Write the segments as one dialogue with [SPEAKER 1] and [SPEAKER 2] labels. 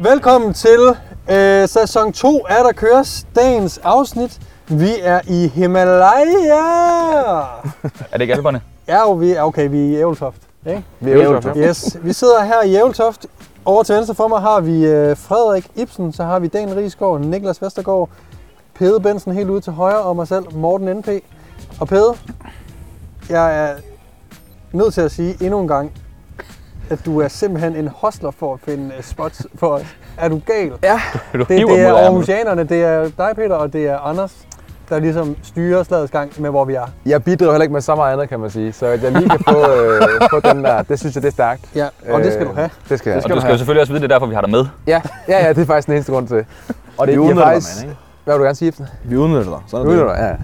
[SPEAKER 1] Velkommen til øh, sæson 2 af Der Køres, dagens afsnit. Vi er i Himalaya!
[SPEAKER 2] Er det ikke alberne?
[SPEAKER 1] Ja, jo, vi er, okay, vi er i Ævltoft. Ikke?
[SPEAKER 3] Vi er jo ja.
[SPEAKER 1] Yes, vi sidder her i Ævltoft. Over til venstre for mig har vi øh, Frederik Ibsen, så har vi Dan Rigsgaard, Niklas Vestergaard, Pede Bensen helt ude til højre og mig selv, Morten N.P. Og Pede, jeg er nødt til at sige endnu en gang, at du er simpelthen en hostler for at finde øh, spots for os. Er du gal?
[SPEAKER 2] Du
[SPEAKER 1] Det,
[SPEAKER 2] hiver
[SPEAKER 1] det
[SPEAKER 2] dem
[SPEAKER 1] er
[SPEAKER 2] ud af ærmet.
[SPEAKER 1] Aarhusianerne, det er dig, Peter, og det er Anders, der ligesom styrer slagets gang med, hvor vi er.
[SPEAKER 3] Jeg bidrager heller ikke med så meget andet, kan man sige. Så at jeg lige kan få, øh, få den der, det synes jeg, det er stærkt.
[SPEAKER 1] Ja, og det skal
[SPEAKER 3] Øh,
[SPEAKER 1] du have.
[SPEAKER 3] Det skal jeg.
[SPEAKER 2] Og du skal jo selvfølgelig også vide, det er derfor, vi har dig med.
[SPEAKER 3] Ja, ja, ja, det er faktisk den eneste grund til. Og det
[SPEAKER 4] Vi
[SPEAKER 3] vi er
[SPEAKER 4] udnytter
[SPEAKER 3] faktisk...
[SPEAKER 4] manden,
[SPEAKER 3] Hvad vil du gerne sige, Ibsen?
[SPEAKER 4] Vi udnytter dig. Sådan
[SPEAKER 3] Vi udnytter, dig,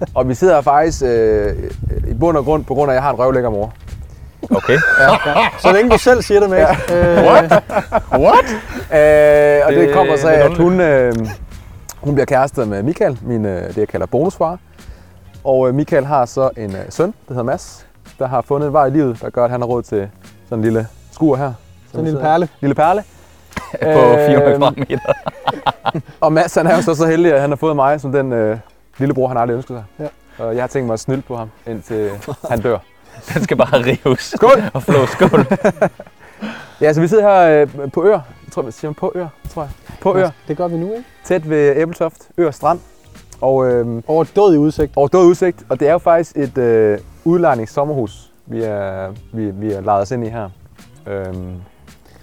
[SPEAKER 3] ja. Og vi sidder her faktisk øh, i bund og grund, på grund af, at jeg har en røvlækker mor.
[SPEAKER 2] Okay.
[SPEAKER 1] Så længe du selv siger det, med. Ja. Øh,
[SPEAKER 3] Øh, og det,
[SPEAKER 2] Det er
[SPEAKER 3] det kommer så af,
[SPEAKER 2] lidt
[SPEAKER 3] at hun, øh, hun bliver kærester med Michael, min, øh, det jeg kalder bonusfar. Og øh, Michael har så en øh, søn, der hedder Mads, der har fundet en vej i livet, der gør, at han har råd til sådan en lille skur her.
[SPEAKER 1] sådan en lille perle.
[SPEAKER 3] Lille perle.
[SPEAKER 2] På
[SPEAKER 3] Øh,
[SPEAKER 2] 400 kvadratmeter.
[SPEAKER 3] Og Mads han er jo så, så heldig, at han har fået mig som den øh, lillebror, han aldrig ønskede sig.
[SPEAKER 1] Ja.
[SPEAKER 3] Og jeg har tænkt mig at snylde på ham, indtil han dør.
[SPEAKER 2] Den skal bare rives.
[SPEAKER 3] Skål!
[SPEAKER 2] Og flå skål.
[SPEAKER 3] Ja, så vi sidder her øh, på Ør. Jeg tror, man siger man på Ør, tror jeg. På Ør,
[SPEAKER 1] Det gør vi nu, ikke?
[SPEAKER 3] tæt ved Æbletoft, Ør Strand. Og øh,
[SPEAKER 1] Over død i udsigt.
[SPEAKER 3] overdået udsigt, og det er jo faktisk et øh, udlejningssommerhus, vi er, vi, vi er lejet os ind i her. Øhm,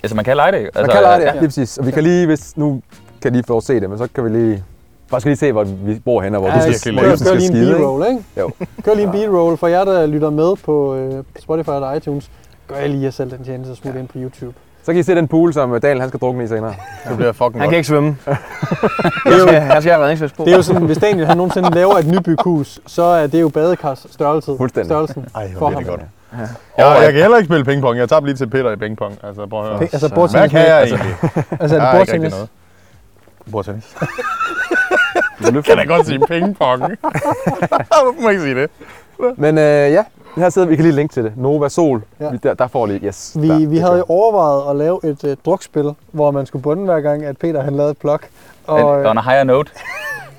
[SPEAKER 2] Altså, man kan lege det. jo.
[SPEAKER 3] man
[SPEAKER 2] Altså,
[SPEAKER 3] kan lege det, ja.
[SPEAKER 1] ja.
[SPEAKER 3] lige præcis. Og vi kan lige, hvis nu kan de få lov at se det, men så kan vi lige, bare skal lige se, hvor vi bor henne, og hvor du skal,
[SPEAKER 1] kør,
[SPEAKER 3] hvor du
[SPEAKER 1] kør
[SPEAKER 3] skal
[SPEAKER 1] lige en
[SPEAKER 3] skide. Ikke?
[SPEAKER 1] B-roll, ikke?
[SPEAKER 3] Jo.
[SPEAKER 1] Kør lige en B-roll for jer, der lytter med på øh, Spotify eller iTunes. Gør jeg lige jer selv den tjeneste og smut ind på YouTube.
[SPEAKER 3] Så kan I se den pool, som øh, Daniel han skal drukne i senere.
[SPEAKER 4] Det bliver fucking godt.
[SPEAKER 5] Han kan ikke svømme.
[SPEAKER 1] Det er jo,
[SPEAKER 5] Han skal have redningsvest på.
[SPEAKER 1] det er jo sådan, hvis Daniel han nogensinde laver et nybyghus, så er det jo badekars størrelse.
[SPEAKER 3] Fuldstændig.
[SPEAKER 1] Størrelsen.
[SPEAKER 4] Ej,
[SPEAKER 1] For
[SPEAKER 4] hvor bliver det
[SPEAKER 1] ham.
[SPEAKER 4] godt. Ja. Jeg, jeg kan heller ikke spille pingpong. Jeg tager lige til Peter i pingpong. Altså, prøv at høre.
[SPEAKER 1] Altså, bordtennis.
[SPEAKER 4] Hvad kan jeg
[SPEAKER 1] altså,
[SPEAKER 4] egentlig?
[SPEAKER 1] altså, er
[SPEAKER 4] Jeg
[SPEAKER 1] det
[SPEAKER 4] har ikke rigtig
[SPEAKER 1] bordtennis?
[SPEAKER 4] noget. Bordtennis. kan da godt sige pingpong. Hvorfor må jeg ikke sige det?
[SPEAKER 3] Men øh, ja, her sidder vi. vi kan lige linke til det. Nova Sol,
[SPEAKER 1] Ja.
[SPEAKER 3] ja. vi, der, der får lige, yes. der,
[SPEAKER 1] Vi, vi
[SPEAKER 3] det
[SPEAKER 1] havde jo
[SPEAKER 3] kører.
[SPEAKER 1] overvejet at lave et øh, drukspil, hvor man skulle bunde hver gang, at Peter han lavede et blok. Og, øh,
[SPEAKER 2] On a higher note.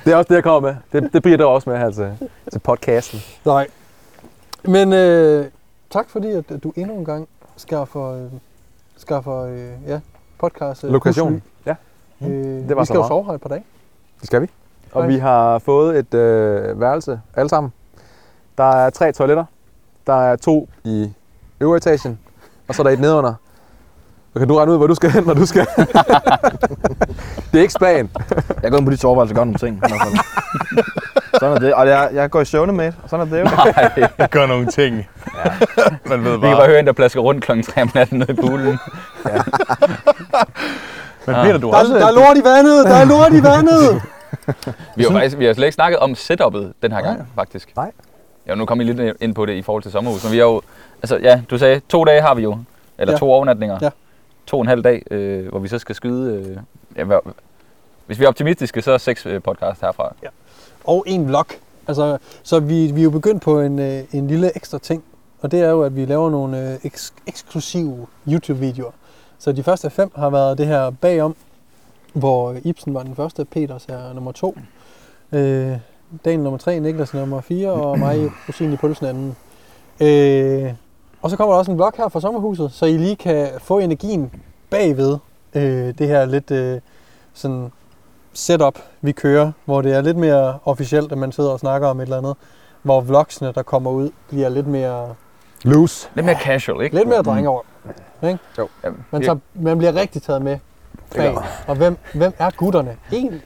[SPEAKER 3] Det er også det, jeg kommer med. Det, det bliver der også med her til, til podcasten.
[SPEAKER 1] nej. Men øh, tak fordi, at du endnu en gang skaffer, øh, skaffer øh, ja, podcast. øh,
[SPEAKER 3] Lokation.
[SPEAKER 1] husly.
[SPEAKER 3] Ja,
[SPEAKER 1] Øh,
[SPEAKER 3] det var
[SPEAKER 1] vi
[SPEAKER 3] så
[SPEAKER 1] skal jo
[SPEAKER 3] meget.
[SPEAKER 1] sove her et par dage.
[SPEAKER 3] Det skal vi. Og
[SPEAKER 1] Hej.
[SPEAKER 3] vi har fået et øh, værelse, alle sammen. Der er tre toiletter. Der er to i øvre etagen, og så er der et nedenunder. Og kan du regne ud, hvor du skal hen, når du skal? det er ikke Spanien.
[SPEAKER 5] Jeg går ind på dit soveværelse og gør nogle altså ting. i hvert fald. sådan er det. Og jeg, jeg går i søvne med og sådan er det jo.
[SPEAKER 2] Nej.
[SPEAKER 4] Gør nogle ting. Man ved
[SPEAKER 2] Vi kan bare
[SPEAKER 4] bare.
[SPEAKER 2] høre en, der plasker rundt kl. 3 om natten nede i poolen.
[SPEAKER 4] Men Peter, du har
[SPEAKER 1] Der,
[SPEAKER 4] også...
[SPEAKER 1] der er lort i vandet! Der er lort i vandet!
[SPEAKER 2] Vi har, faktisk, vi har slet ikke snakket om setup'et den her gang, faktisk.
[SPEAKER 3] Nej.
[SPEAKER 2] Ja, nu kommer I lidt ind på det i forhold til sommerhus. Men vi har jo, altså ja, du sagde, to dage har vi jo.
[SPEAKER 1] Ja.
[SPEAKER 2] Eller ja. to overnatninger.
[SPEAKER 1] Ja.
[SPEAKER 2] To og en halv dag, øh, hvor vi så skal skyde... Øh, ja, hvad, hvis vi er optimistiske, så er seks øh, podcast herfra.
[SPEAKER 1] og en vlog. Altså, så vi, vi er jo begyndt på en, øh, en lille ekstra ting, og det er jo, at vi laver nogle øh, eks- eksklusive YouTube-videoer. Så de første fem har været det her bagom, hvor Ibsen var den første, Peters er nummer to, øh, Daniel nummer tre, Niklas nummer fire, og mig, Rosin i pølsen anden. Øh, og så kommer der også en vlog her fra sommerhuset, så I lige kan få energien bagved øh, det her lidt øh, sådan setup, vi kører, hvor det er lidt mere officielt, at man sidder og snakker om et eller andet, hvor vlogsene, der kommer ud, bliver lidt mere,
[SPEAKER 3] Loose.
[SPEAKER 2] Lidt mere casual, ikke? Mm.
[SPEAKER 1] lidt mere drenge over. Ikke?
[SPEAKER 3] Jo.
[SPEAKER 1] Man, tager, man bliver rigtig taget med. Bag. Og hvem, hvem er gutterne? En.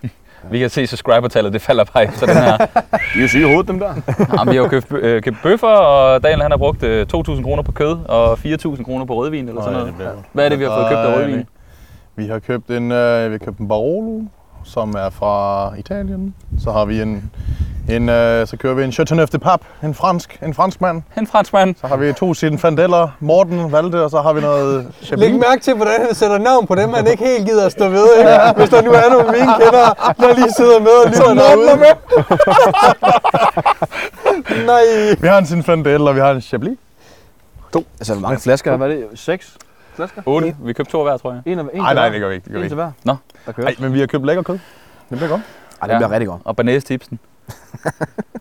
[SPEAKER 2] Vi kan se subscribertallet, det falder bare efter den her.
[SPEAKER 4] De er syge i hovedet, dem der.
[SPEAKER 2] Jamen, vi har jo købt, bø- øh, købt bøffer, og Daniel han har brugt øh, 2.000 kroner på kød og 4.000 kroner på rødvin eller sådan noget. Hvad er det, vi har fået købt af rødvin?
[SPEAKER 4] Vi har købt en, øh, vi har købt en Barolo, som er fra Italien. Så har vi en, en øh, så kører vi en Chateauneuf de Pape, en fransk, en fransk mand.
[SPEAKER 2] En fransk mand.
[SPEAKER 4] Så har vi to sinfandeller, Morten valgte, og så har vi noget
[SPEAKER 1] Læg
[SPEAKER 4] Chablis.
[SPEAKER 1] mærke til, hvordan han sætter navn på dem, man ikke helt gider at stå ved. Ikke? Hvis der nu er nogle vinkendere, der lige sidder med og lytter derude. Nej.
[SPEAKER 4] Vi har en sinfandel, og vi har en Chablis.
[SPEAKER 5] Altså, hvor mange flasker? Hvad er det? Seks? flasker?
[SPEAKER 2] 8. Vi købte to af hver, tror jeg.
[SPEAKER 5] En, af, en
[SPEAKER 4] Nej,
[SPEAKER 5] til
[SPEAKER 4] nej,
[SPEAKER 5] hver.
[SPEAKER 4] det gør vi ikke. Det gør vi
[SPEAKER 5] En til
[SPEAKER 4] ikke.
[SPEAKER 5] hver.
[SPEAKER 2] Nå.
[SPEAKER 5] Der kører.
[SPEAKER 4] Ej, men vi har købt lækker kød. Det bliver godt.
[SPEAKER 5] Ej, det bliver
[SPEAKER 2] Ja.
[SPEAKER 5] rigtig godt.
[SPEAKER 2] Og banæstipsen.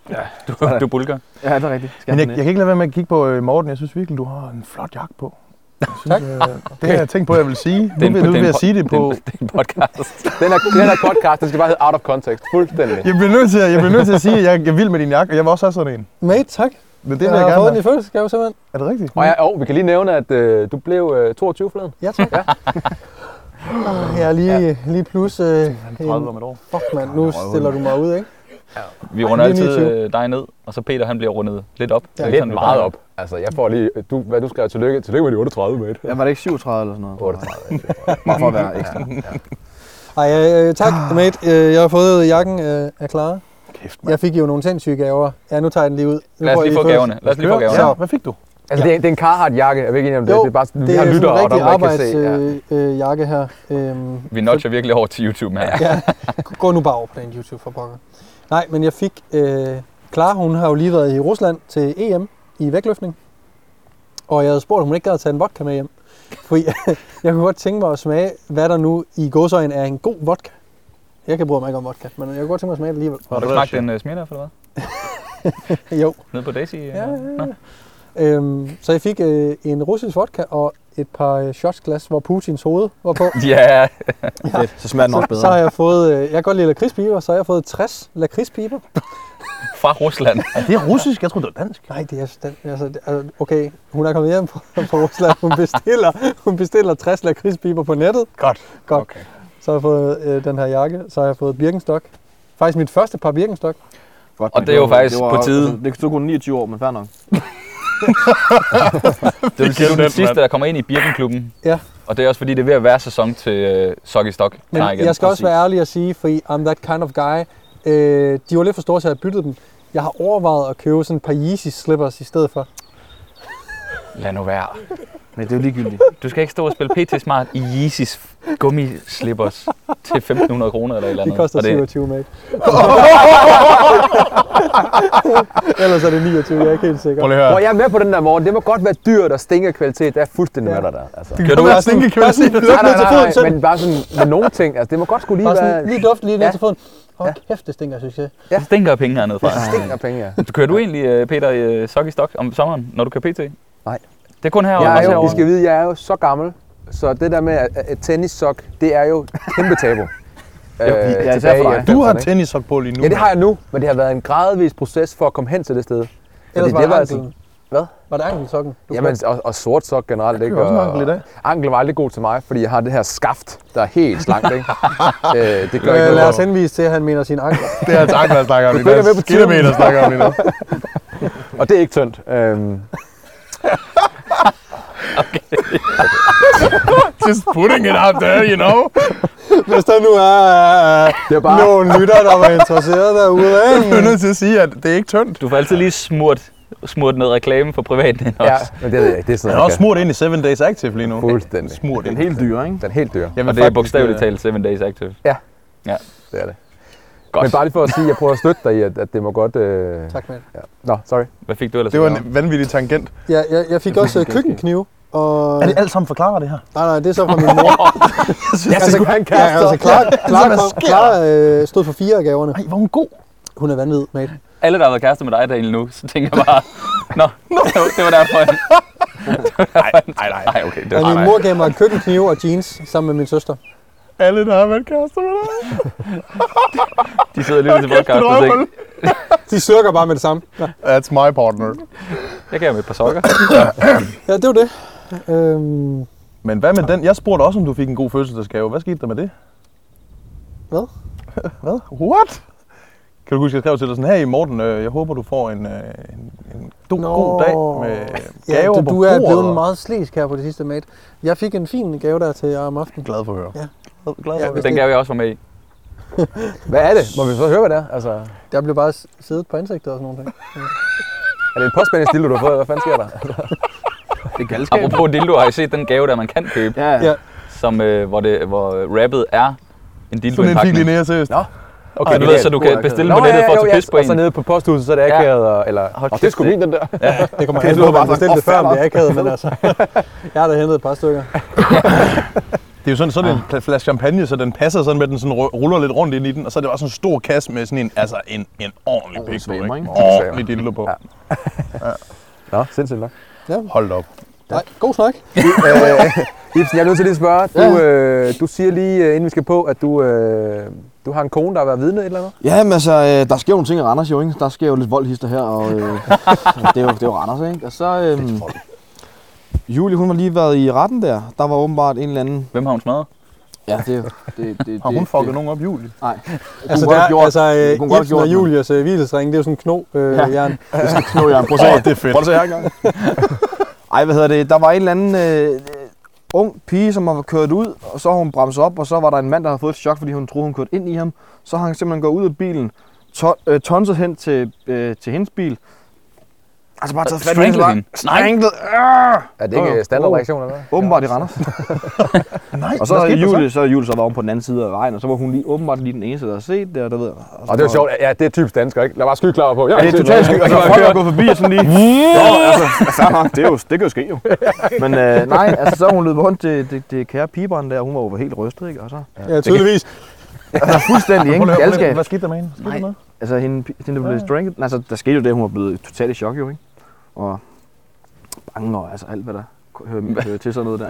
[SPEAKER 2] ja, du, du er bulgar.
[SPEAKER 5] Ja, det er rigtigt. Skal
[SPEAKER 4] Men jeg,
[SPEAKER 5] have den
[SPEAKER 4] jeg
[SPEAKER 5] med.
[SPEAKER 4] kan ikke lade være med at kigge på øh, Morten. Jeg synes virkelig, du har en flot jakke på. Jeg synes,
[SPEAKER 1] Tak.
[SPEAKER 4] Øh, det har jeg tænkt på, jeg vil sige. Nu
[SPEAKER 2] en-
[SPEAKER 4] bliver jeg nødt til
[SPEAKER 2] en
[SPEAKER 4] at
[SPEAKER 2] po-
[SPEAKER 4] sige det
[SPEAKER 2] er
[SPEAKER 4] på...
[SPEAKER 2] en- Det er en podcast.
[SPEAKER 3] Den her, den her podcast, den skal bare hedde Out of Context. Fuldstændig.
[SPEAKER 4] Jeg bliver nødt til, at- jeg bliver nødt til at sige, at jeg, jeg er vild med din jakke, og jeg vil også have sådan en.
[SPEAKER 1] Mate, tak.
[SPEAKER 4] Men
[SPEAKER 1] Det
[SPEAKER 4] det vil
[SPEAKER 1] jeg
[SPEAKER 4] jeg
[SPEAKER 1] har
[SPEAKER 4] gerne
[SPEAKER 1] fået den
[SPEAKER 4] have.
[SPEAKER 1] i fødselsgave simpelthen.
[SPEAKER 4] Er det rigtigt?
[SPEAKER 3] Og, ja, og vi kan lige nævne, at øh, du blev øh, 22 forleden.
[SPEAKER 1] Ja, tak. Ja. Ah, Jeg er lige, ja. lige plus... Øh, en,
[SPEAKER 4] 30 om et år.
[SPEAKER 1] fuck, mand, nu stiller du mig ud, ikke?
[SPEAKER 2] Vi runder
[SPEAKER 1] Det er
[SPEAKER 2] altid
[SPEAKER 1] 29.
[SPEAKER 2] øh, dig ned, og så Peter han bliver rundet lidt op. Det er
[SPEAKER 3] Lidt
[SPEAKER 2] sådan, vi
[SPEAKER 3] meget
[SPEAKER 2] plejer.
[SPEAKER 3] op. Altså, jeg får lige... Du, hvad du skrev? Tillykke, tillykke med de 38, mate.
[SPEAKER 5] Ja, var det ikke 37 eller sådan noget?
[SPEAKER 3] 38.
[SPEAKER 5] Bare for at være ekstra.
[SPEAKER 1] Ej, øh, tak, mate. Øh, jeg har fået jakken øh, af Clara.
[SPEAKER 4] Kæft, mand.
[SPEAKER 1] Jeg fik jo nogle sindssyge gaver. Ja, nu tager jeg den lige ud. Nu
[SPEAKER 2] Lad
[SPEAKER 1] får
[SPEAKER 2] os
[SPEAKER 1] jeg
[SPEAKER 2] lige få
[SPEAKER 1] fødsels-
[SPEAKER 2] gaverne. Lad os lige få
[SPEAKER 4] Kører?
[SPEAKER 2] gaverne.
[SPEAKER 4] Ja, hvad fik du?
[SPEAKER 3] Altså, det, er, det er en Carhartt-jakke. Jeg ved ikke, enige om det,
[SPEAKER 1] Jo,
[SPEAKER 3] det er bare, vi
[SPEAKER 1] Det
[SPEAKER 3] har
[SPEAKER 1] er sådan
[SPEAKER 3] lyttere,
[SPEAKER 1] en
[SPEAKER 3] og der
[SPEAKER 1] rigtig
[SPEAKER 3] man ikke kan se. Ja.
[SPEAKER 1] arbejdsjakke øh, øh, jakke her. Øhm,
[SPEAKER 2] Vi notcher virkelig hårdt til YouTube med her.
[SPEAKER 1] ja, gå nu bare over på den YouTube for pokker. Nej, men jeg fik... Øh, Clara, hun har jo lige været i Rusland til EM i vægtløftning. Og jeg havde spurgt, om hun ikke gad at tage en vodka med hjem. Fordi jeg kunne godt tænke mig at smage, hvad der nu i godsøjen er en god vodka. Jeg kan bruge mig ikke om vodka, men jeg kunne godt tænke mig at smage det alligevel.
[SPEAKER 2] Har du smagt den uh, smirner, eller hvad?
[SPEAKER 1] Jo.
[SPEAKER 2] Nede på Daisy? øh,
[SPEAKER 1] Ja, ja, ja.
[SPEAKER 2] Nå.
[SPEAKER 1] Øhm, så jeg fik øh, en russisk vodka og et par øh, shotsglas, hvor Putins hoved var på.
[SPEAKER 2] Ja,
[SPEAKER 5] Fedt. Så smager den også
[SPEAKER 1] så,
[SPEAKER 5] bedre.
[SPEAKER 1] så har jeg fået, øh, jeg kan godt lide lakridspiber, så har jeg fået 60 lakridspiber.
[SPEAKER 2] fra Rusland.
[SPEAKER 4] Er det russisk? Jeg tror det var dansk.
[SPEAKER 1] Nej, det er den, altså, det- altså, okay, hun er kommet hjem fra, fra Rusland, hun bestiller, hun bestiller 60 lakridspiber på nettet.
[SPEAKER 4] Godt.
[SPEAKER 1] Godt.
[SPEAKER 4] Okay.
[SPEAKER 1] Så har jeg fået øh, den her jakke, så har jeg fået Birkenstock. Faktisk mit første par Birkenstock.
[SPEAKER 5] Godt,
[SPEAKER 2] Og
[SPEAKER 5] men
[SPEAKER 2] det er jo faktisk
[SPEAKER 5] var-
[SPEAKER 2] på tide.
[SPEAKER 5] altså, Det tog kun 29 år, men fair nok.
[SPEAKER 2] Det vil sige, du er den
[SPEAKER 4] Kæmpe,
[SPEAKER 2] sidste,
[SPEAKER 4] mand.
[SPEAKER 2] der kommer ind i Birkenklubben.
[SPEAKER 1] Ja.
[SPEAKER 2] Og det er også fordi, det er ved at være sæson til uh, Sok i Stok.
[SPEAKER 1] Men
[SPEAKER 2] Nej, igen.
[SPEAKER 1] jeg skal også
[SPEAKER 2] Præcis.
[SPEAKER 1] være ærlig og sige, fordi I'm that kind of guy. Øh, de var lidt for store, så jeg byttede dem. Jeg har overvejet at købe sådan et par Yeezy slippers i stedet for.
[SPEAKER 2] Lad nu være.
[SPEAKER 5] Nej, det er jo ligegyldigt.
[SPEAKER 2] Du skal ikke stå og spille PT Smart i Yeezys gummislippers til 1.500 kroner eller et eller
[SPEAKER 1] De
[SPEAKER 2] andet.
[SPEAKER 1] koster
[SPEAKER 2] Og det-
[SPEAKER 1] 27, mate. Ellers er det 29, jeg er ikke helt sikker.
[SPEAKER 4] Prøv lige at høre.
[SPEAKER 3] Hvor jeg er med på den der morgen. Det må godt være dyrt og stinker kvalitet. Jeg er fuldstændig
[SPEAKER 1] Ja.
[SPEAKER 3] med dig der. Altså.
[SPEAKER 2] Kører du
[SPEAKER 1] Bare sådan- bare sådan-
[SPEAKER 3] Nej,
[SPEAKER 1] luft ned
[SPEAKER 3] nej,
[SPEAKER 1] til
[SPEAKER 3] nej,
[SPEAKER 1] foden
[SPEAKER 3] nej,
[SPEAKER 1] selv.
[SPEAKER 3] men bare sådan med nogle ting. Altså, det må godt skulle lige
[SPEAKER 1] Bare
[SPEAKER 3] være...
[SPEAKER 1] sådan lige duft lige ned
[SPEAKER 3] Ja.
[SPEAKER 1] til foden. Åh, kæft, det stinker af succes.
[SPEAKER 2] Det stinker af penge hernede fra.
[SPEAKER 3] Det stinker af Ah, penge, ja.
[SPEAKER 2] Kører du egentlig, øh, Peter, øh, sok i stok om sommeren, når du kører PT?
[SPEAKER 3] Nej.
[SPEAKER 2] Det er kun herovre.
[SPEAKER 3] Jeg
[SPEAKER 2] også
[SPEAKER 3] er jo,
[SPEAKER 2] herovre.
[SPEAKER 3] I skal vide, jeg er jo så gammel, så det der med at- at et tennissok, det er jo kæmpe tabu. Øh,
[SPEAKER 5] især for
[SPEAKER 3] tilbage i
[SPEAKER 5] dig.
[SPEAKER 3] 90'erne,
[SPEAKER 4] Du har
[SPEAKER 3] ikke?
[SPEAKER 4] tennissok på lige nu.
[SPEAKER 3] Ja, det har jeg nu, men det har været en gradvis proces for at komme hen til det sted.
[SPEAKER 1] Ellers var
[SPEAKER 3] det
[SPEAKER 1] det,
[SPEAKER 3] var
[SPEAKER 1] anklen.
[SPEAKER 3] Hvad?
[SPEAKER 1] Var det ankelsokken? Du
[SPEAKER 3] Jamen, og, og sort sok generelt, ikke?
[SPEAKER 4] køber også en
[SPEAKER 3] Og-
[SPEAKER 4] ankel i dag.
[SPEAKER 3] Ankel var aldrig god til mig, fordi jeg har det her skaft, der er helt slankt, ikke? øh, det gør
[SPEAKER 1] øh,
[SPEAKER 3] ikke
[SPEAKER 1] lad
[SPEAKER 3] noget.
[SPEAKER 1] os henvise til, at han mener sin ankel.
[SPEAKER 4] Det er tanken, der snakker om lige nu.
[SPEAKER 3] følger med på tiden.
[SPEAKER 4] Skidemeter snakker om lige nu.
[SPEAKER 3] Og det er ikke tyndt. Øhm,
[SPEAKER 4] Just putting it out there, you know.
[SPEAKER 1] Hvis der nu er
[SPEAKER 3] det er bare...
[SPEAKER 1] nogle lytter, der var interesseret derude.
[SPEAKER 4] Jeg er nødt til at sige, at det er ikke tyndt.
[SPEAKER 2] Du får altid lige smurt, smurt noget reklame for privaten ind også.
[SPEAKER 3] Ja, men det ved jeg ikke. Det er sådan
[SPEAKER 4] Den er
[SPEAKER 3] noget,
[SPEAKER 4] også
[SPEAKER 3] jeg
[SPEAKER 4] smurt ind i 7 Days Active lige nu.
[SPEAKER 3] kan. Fuldstændig.
[SPEAKER 4] Smurt
[SPEAKER 5] Den
[SPEAKER 4] ind.
[SPEAKER 5] er helt dyr, ikke?
[SPEAKER 3] Den er helt dyr.
[SPEAKER 4] Jeg vil
[SPEAKER 2] Og det er
[SPEAKER 4] faktisk,
[SPEAKER 2] bogstaveligt
[SPEAKER 4] øh,
[SPEAKER 2] talt 7 days active.
[SPEAKER 3] Det er det.
[SPEAKER 2] Godt.
[SPEAKER 3] Men bare lige for at sige, at jeg prøver at støtte dig i, at, at det må godt... Øh...
[SPEAKER 1] Tak, mand.
[SPEAKER 3] Ja. Nå, sorry.
[SPEAKER 2] Hvad fik du ellers?
[SPEAKER 4] Det var en vanvittig tangent.
[SPEAKER 1] Ja, jeg, jeg fik også øh, køkkenknive. Og...
[SPEAKER 4] alt sammen forklarer det her?
[SPEAKER 1] Nej, nej, det er så fra min mor.
[SPEAKER 3] Jeg skal have en
[SPEAKER 1] Ja,
[SPEAKER 3] kæreste.
[SPEAKER 1] altså, Clara, Clara, kom, Clara øh, stod for fire af gaverne.
[SPEAKER 4] Nej, hvor er hun god.
[SPEAKER 1] Hun er vanvittig, mate.
[SPEAKER 2] Alle, der har været kærester med dig, Daniel, nu, så tænker jeg bare... Nå, det var derfor. Nej, nej, nej. okay. Det
[SPEAKER 1] Men
[SPEAKER 2] var,
[SPEAKER 1] min mor gav mig køkkenknive og jeans sammen med min søster.
[SPEAKER 4] Alle, der har været kærester med dig.
[SPEAKER 2] de sidder lige til podcast
[SPEAKER 4] du
[SPEAKER 2] og
[SPEAKER 4] røvhul.
[SPEAKER 2] tænker,
[SPEAKER 1] De surker bare med det samme. Ja,
[SPEAKER 4] That's my partner.
[SPEAKER 2] jeg gav ham et par sokker.
[SPEAKER 1] ja det var det. Øhm,
[SPEAKER 4] Men hvad med den? Jeg spurgte også, om du fik en god fødselsdagsgave. Hvad skete der med det?
[SPEAKER 1] Hvad?
[SPEAKER 4] Hvad? What? Kan du huske, jeg skrev til dig sådan, hey Morten, øh, jeg håber, du får en, øh, en, en do-
[SPEAKER 1] Nå.
[SPEAKER 4] god dag med
[SPEAKER 1] ja,
[SPEAKER 4] gaver
[SPEAKER 1] du,
[SPEAKER 4] på
[SPEAKER 1] du er
[SPEAKER 4] bordet."
[SPEAKER 1] blevet meget slæsk her på det sidste, mate. Jeg fik en fin gave der til jer om aftenen.
[SPEAKER 4] Glad for at høre.
[SPEAKER 1] Ja.
[SPEAKER 4] Glad- Glad for
[SPEAKER 1] Ja,
[SPEAKER 4] at høre.
[SPEAKER 1] hvis
[SPEAKER 2] Den gav jeg også var med i.
[SPEAKER 3] Hvad er det? Må vi så høre, hvad det er? Altså,
[SPEAKER 1] Der blev bare s- siddet på ansigtet og sådan nogle ting.
[SPEAKER 3] er det en postbandestil, du har fået? Hvad fanden sker der?
[SPEAKER 5] Det er galskab.
[SPEAKER 2] Apropos dildo, har I set den gave, der man kan købe,
[SPEAKER 5] Ja,
[SPEAKER 1] Ja.
[SPEAKER 5] ja.
[SPEAKER 2] som, øh, hvor, det, hvor rappet er en dildo
[SPEAKER 4] Sådan en fik lige
[SPEAKER 2] indpakning.
[SPEAKER 4] nede seriøst.
[SPEAKER 3] Nå.
[SPEAKER 2] Okay, du ved, så du kan bestille en
[SPEAKER 3] Nå,
[SPEAKER 2] på nettet
[SPEAKER 3] ja,
[SPEAKER 2] for at
[SPEAKER 3] jo,
[SPEAKER 2] tage
[SPEAKER 3] ja,
[SPEAKER 2] pis på
[SPEAKER 3] Og så
[SPEAKER 2] en.
[SPEAKER 3] nede på posthuset, så er det
[SPEAKER 2] Ja.
[SPEAKER 3] akavet, og- eller...
[SPEAKER 5] Hold
[SPEAKER 3] "Åh, Det er
[SPEAKER 5] kæft,
[SPEAKER 3] sgu
[SPEAKER 5] det-
[SPEAKER 3] min, den der.
[SPEAKER 1] Det kommer
[SPEAKER 5] Okay,
[SPEAKER 1] an på,
[SPEAKER 5] det lyder
[SPEAKER 1] om man
[SPEAKER 5] bare
[SPEAKER 1] bestemte
[SPEAKER 5] sådan,
[SPEAKER 1] det
[SPEAKER 5] "Åh,
[SPEAKER 1] før,
[SPEAKER 5] fair
[SPEAKER 1] om det er akavet, men altså. Jeg har da hentet et par stykker.
[SPEAKER 4] Det er jo sådan, sådan
[SPEAKER 1] Ah.
[SPEAKER 4] en pla- flaske champagne, så den passer sådan med, at den sådan ru- ruller lidt rundt ind i den. Og så er det også en stor kasse med sådan en, altså en, en ordentlig pik på,
[SPEAKER 3] slemmer,
[SPEAKER 4] ikke?
[SPEAKER 3] ikke?
[SPEAKER 4] Ordentlig dildo på.
[SPEAKER 3] Nå, sindssygt nok.
[SPEAKER 4] Hold da op.
[SPEAKER 1] Nej, god snak.
[SPEAKER 3] Øh, Ibsen, jeg er nødt til lige at spørge. Du, øh, du siger lige, øh, inden vi skal på, at du, øh, du har en kone, der har været vidne et eller andet.
[SPEAKER 5] Ja, men altså, øh, der sker jo nogle ting i Randers jo, ikke? Der sker jo lidt voldhister her, og øh, det, er jo, det er jo Randers, ikke? Og så... Øh, Julie, hun har lige været i retten der. Der var åbenbart en eller anden...
[SPEAKER 2] Hvem har hun smadret?
[SPEAKER 5] Ja, det er jo... Det, det, det,
[SPEAKER 4] Har hun
[SPEAKER 5] det-
[SPEAKER 4] fucket nogen op, Julie?
[SPEAKER 5] Nej.
[SPEAKER 1] Altså,
[SPEAKER 5] godt
[SPEAKER 1] der,
[SPEAKER 5] have gjort-
[SPEAKER 1] altså øh,
[SPEAKER 5] kunne godt
[SPEAKER 1] Ibsen
[SPEAKER 5] have
[SPEAKER 1] og
[SPEAKER 5] gjort noget.
[SPEAKER 1] Julias øh, hvilesring, det er jo sådan en kno øh,
[SPEAKER 5] Ja.
[SPEAKER 1] jern.
[SPEAKER 5] Det skal kno, Jørgen. Prøv at se.
[SPEAKER 4] Åh, det er fedt.
[SPEAKER 5] Prøv at se her engang. Ej, hvad hedder det? Der var en eller anden øh, øh, ung pige, som var kørt ud, og så har hun bremset op, og så var der en mand, der havde fået et chok, fordi hun troede, hun kørte ind i ham. Så har han simpelthen gået ud af bilen, to, øh, tonset hen til, øh, til hendes bil. Altså bare taget fat i hendes
[SPEAKER 2] Strangled
[SPEAKER 5] vej.
[SPEAKER 2] hende?
[SPEAKER 5] Stranglet. Øh!
[SPEAKER 3] Er det ikke
[SPEAKER 5] Åh,
[SPEAKER 3] øh, standardreaktion eller hvad?
[SPEAKER 5] Åbenbart i Randers.
[SPEAKER 4] Nej,
[SPEAKER 5] Og så er Julie så, er Julie så var hun på den anden side af vejen, og så var hun lige åbenbart lige den eneste, der har set det, og der ved.
[SPEAKER 3] Og det er jo sjovt. Ja, det er typisk dansker, ikke? Lad bare skyde klar på. Ja,
[SPEAKER 5] Ja, det er totalt skyld. Altså, folk er gået forbi og sådan lige... Nå, altså, fair nok, det, er jo, det kan jo ske jo. Men øh, nej, altså, så hun løb rundt til det, det kære pigebånd der, hun var jo helt rystet, ikke? Og så
[SPEAKER 1] Ja, tydeligvis.
[SPEAKER 5] altså, fuldstændig, ikke? Galskab.
[SPEAKER 4] Hvad skete der med hende? Skete
[SPEAKER 5] Nej.
[SPEAKER 4] der noget?
[SPEAKER 5] Altså, hende, pi- hende der blev strangled, altså, der skete jo det, hun var blevet totalt i chok jo, ikke? Og bange og altså alt, hvad der hører, hører til sådan noget der.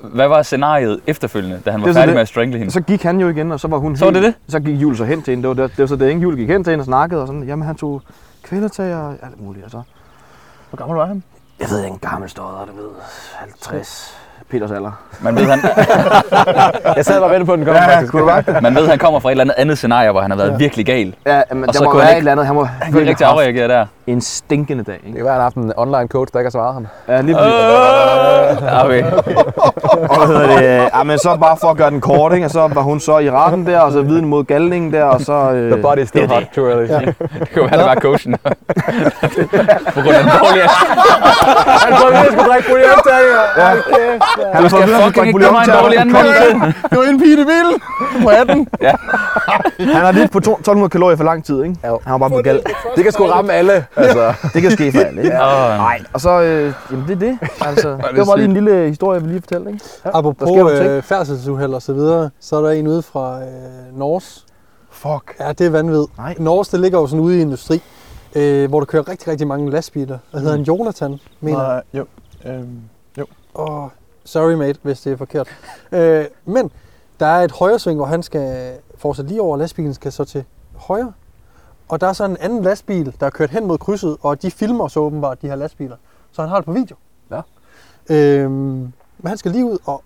[SPEAKER 2] Hvad var scenariet efterfølgende, da han
[SPEAKER 5] Det
[SPEAKER 2] var
[SPEAKER 5] er så
[SPEAKER 2] færdig
[SPEAKER 5] det.
[SPEAKER 2] med at strangle hende?
[SPEAKER 5] Så gik han jo igen, og så var hun
[SPEAKER 2] Så var det
[SPEAKER 5] helt- Så gik Jul så hen til hende. Det var, det, det var så det, ikke? Jul gik hen til hende og snakkede, og sådan, jamen han tog kvælertag og alt muligt, og så...
[SPEAKER 4] Hvor gammel var han?
[SPEAKER 5] Jeg ved ikke, en gammel stodder, du ved, 50, Peters alder.
[SPEAKER 2] Man ved, han,
[SPEAKER 3] Jeg sad bare vente på, at den kom. faktisk.
[SPEAKER 5] kunne du mærke det?
[SPEAKER 2] man ved, han kommer fra et eller andet andet scenarie, hvor han har været virkelig gal.
[SPEAKER 5] Ja, men
[SPEAKER 2] Og
[SPEAKER 5] der
[SPEAKER 2] så
[SPEAKER 5] må
[SPEAKER 2] kunne
[SPEAKER 5] være
[SPEAKER 2] han
[SPEAKER 5] et
[SPEAKER 2] ikke-
[SPEAKER 5] eller andet. Han må han
[SPEAKER 2] Han kan ikke rigtig afreagere der.
[SPEAKER 5] en stinkende dag,
[SPEAKER 3] Det
[SPEAKER 5] ikke?
[SPEAKER 3] kan være, han har haft en online coach, der ikke har svaret ham.
[SPEAKER 5] Ja, lige præcis.
[SPEAKER 1] Øh.
[SPEAKER 2] Øh. Okay.
[SPEAKER 5] Og hvad hedder det? Ja, men så bare for at gøre den kort, ikke? Og så var hun så i retten der, og så viden mod galningen der, og så... Øh,
[SPEAKER 3] The body is still hot, too early.
[SPEAKER 2] Det kunne være, det var coachen. På grund af den dårlige...
[SPEAKER 3] Han prøvede lige at skulle drikke bouillon til det her.
[SPEAKER 5] han
[SPEAKER 2] Du skal fucking ikke give mig en dårlig anmeldelse.
[SPEAKER 4] Det var en pige i bilen! På 18!
[SPEAKER 5] Han har lidt på to- 1200 kalorier for lang tid, ikke?
[SPEAKER 3] Jo.
[SPEAKER 5] Han var bare på gal.
[SPEAKER 3] Det kan sgu ramme alle. Altså,
[SPEAKER 5] Det kan ske for alle, ikke?
[SPEAKER 2] Åh,
[SPEAKER 5] Nej, og så, øh, jamen det er det. Altså, det var bare lige en lille historie, jeg ville lige fortælle, ikke? der sker
[SPEAKER 1] Apropos
[SPEAKER 5] nogle ting.
[SPEAKER 1] øh, færdselsuheld og så videre, så er der en ude fra øh, Norge,
[SPEAKER 4] Fuck.
[SPEAKER 1] Ja, det er vanvittigt.
[SPEAKER 5] Nej.
[SPEAKER 1] Norge, det ligger jo sådan ude i industri, øh, hvor der kører rigtig, rigtig mange lastbiler. Hvad hedder han?
[SPEAKER 5] Mm.
[SPEAKER 1] Jonathan, mener jeg.
[SPEAKER 4] Nej, jo. Øhm,
[SPEAKER 1] Åh, sorry mate, hvis det er forkert. Øh, men der er et højresving, hvor han skal fortsætte lige over, og lastbilen skal så til højre. Og der er så en anden lastbil, der er kørt hen mod krydset, og de filmer så åbenbart de her lastbiler. Så han har det på video.
[SPEAKER 3] Nå.
[SPEAKER 1] Øhm, men han skal lige ud, og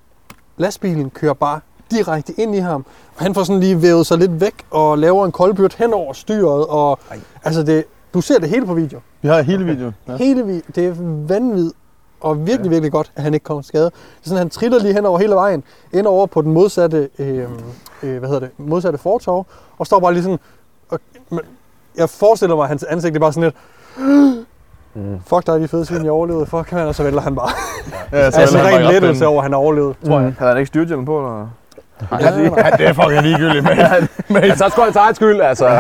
[SPEAKER 1] lastbilen kører bare direkte ind i ham. Og han får sådan lige vævet sig lidt væk og laver en koldbyrt hen over styret. Og, altså det, du ser det hele på video.
[SPEAKER 4] vi har hele videoen. Ja.
[SPEAKER 1] Hele vi, det er vanvittigt og virkelig, virkelig godt, at han ikke kom til skade. Det er sådan, han triller lige hen over hele vejen, ind over på den modsatte, øh, øh, hvad hedder det, modsatte fortorv, og står bare lige sådan, og, men jeg forestiller mig, at hans ansigt er bare sådan lidt, mm. fuck dig, de fede svin, jeg overlevede, fuck man, og så vælter han bare.
[SPEAKER 4] ja så
[SPEAKER 1] altså
[SPEAKER 4] vælger han
[SPEAKER 1] ren
[SPEAKER 4] bare at
[SPEAKER 1] lettelse
[SPEAKER 4] opfinde.
[SPEAKER 1] over, at han har overlevet.
[SPEAKER 5] Tror jeg. Havde han ikke styrthjelm på, eller?
[SPEAKER 4] Ja, det er fucking ligegyldigt, men
[SPEAKER 3] altså, så er det egen skyld, altså.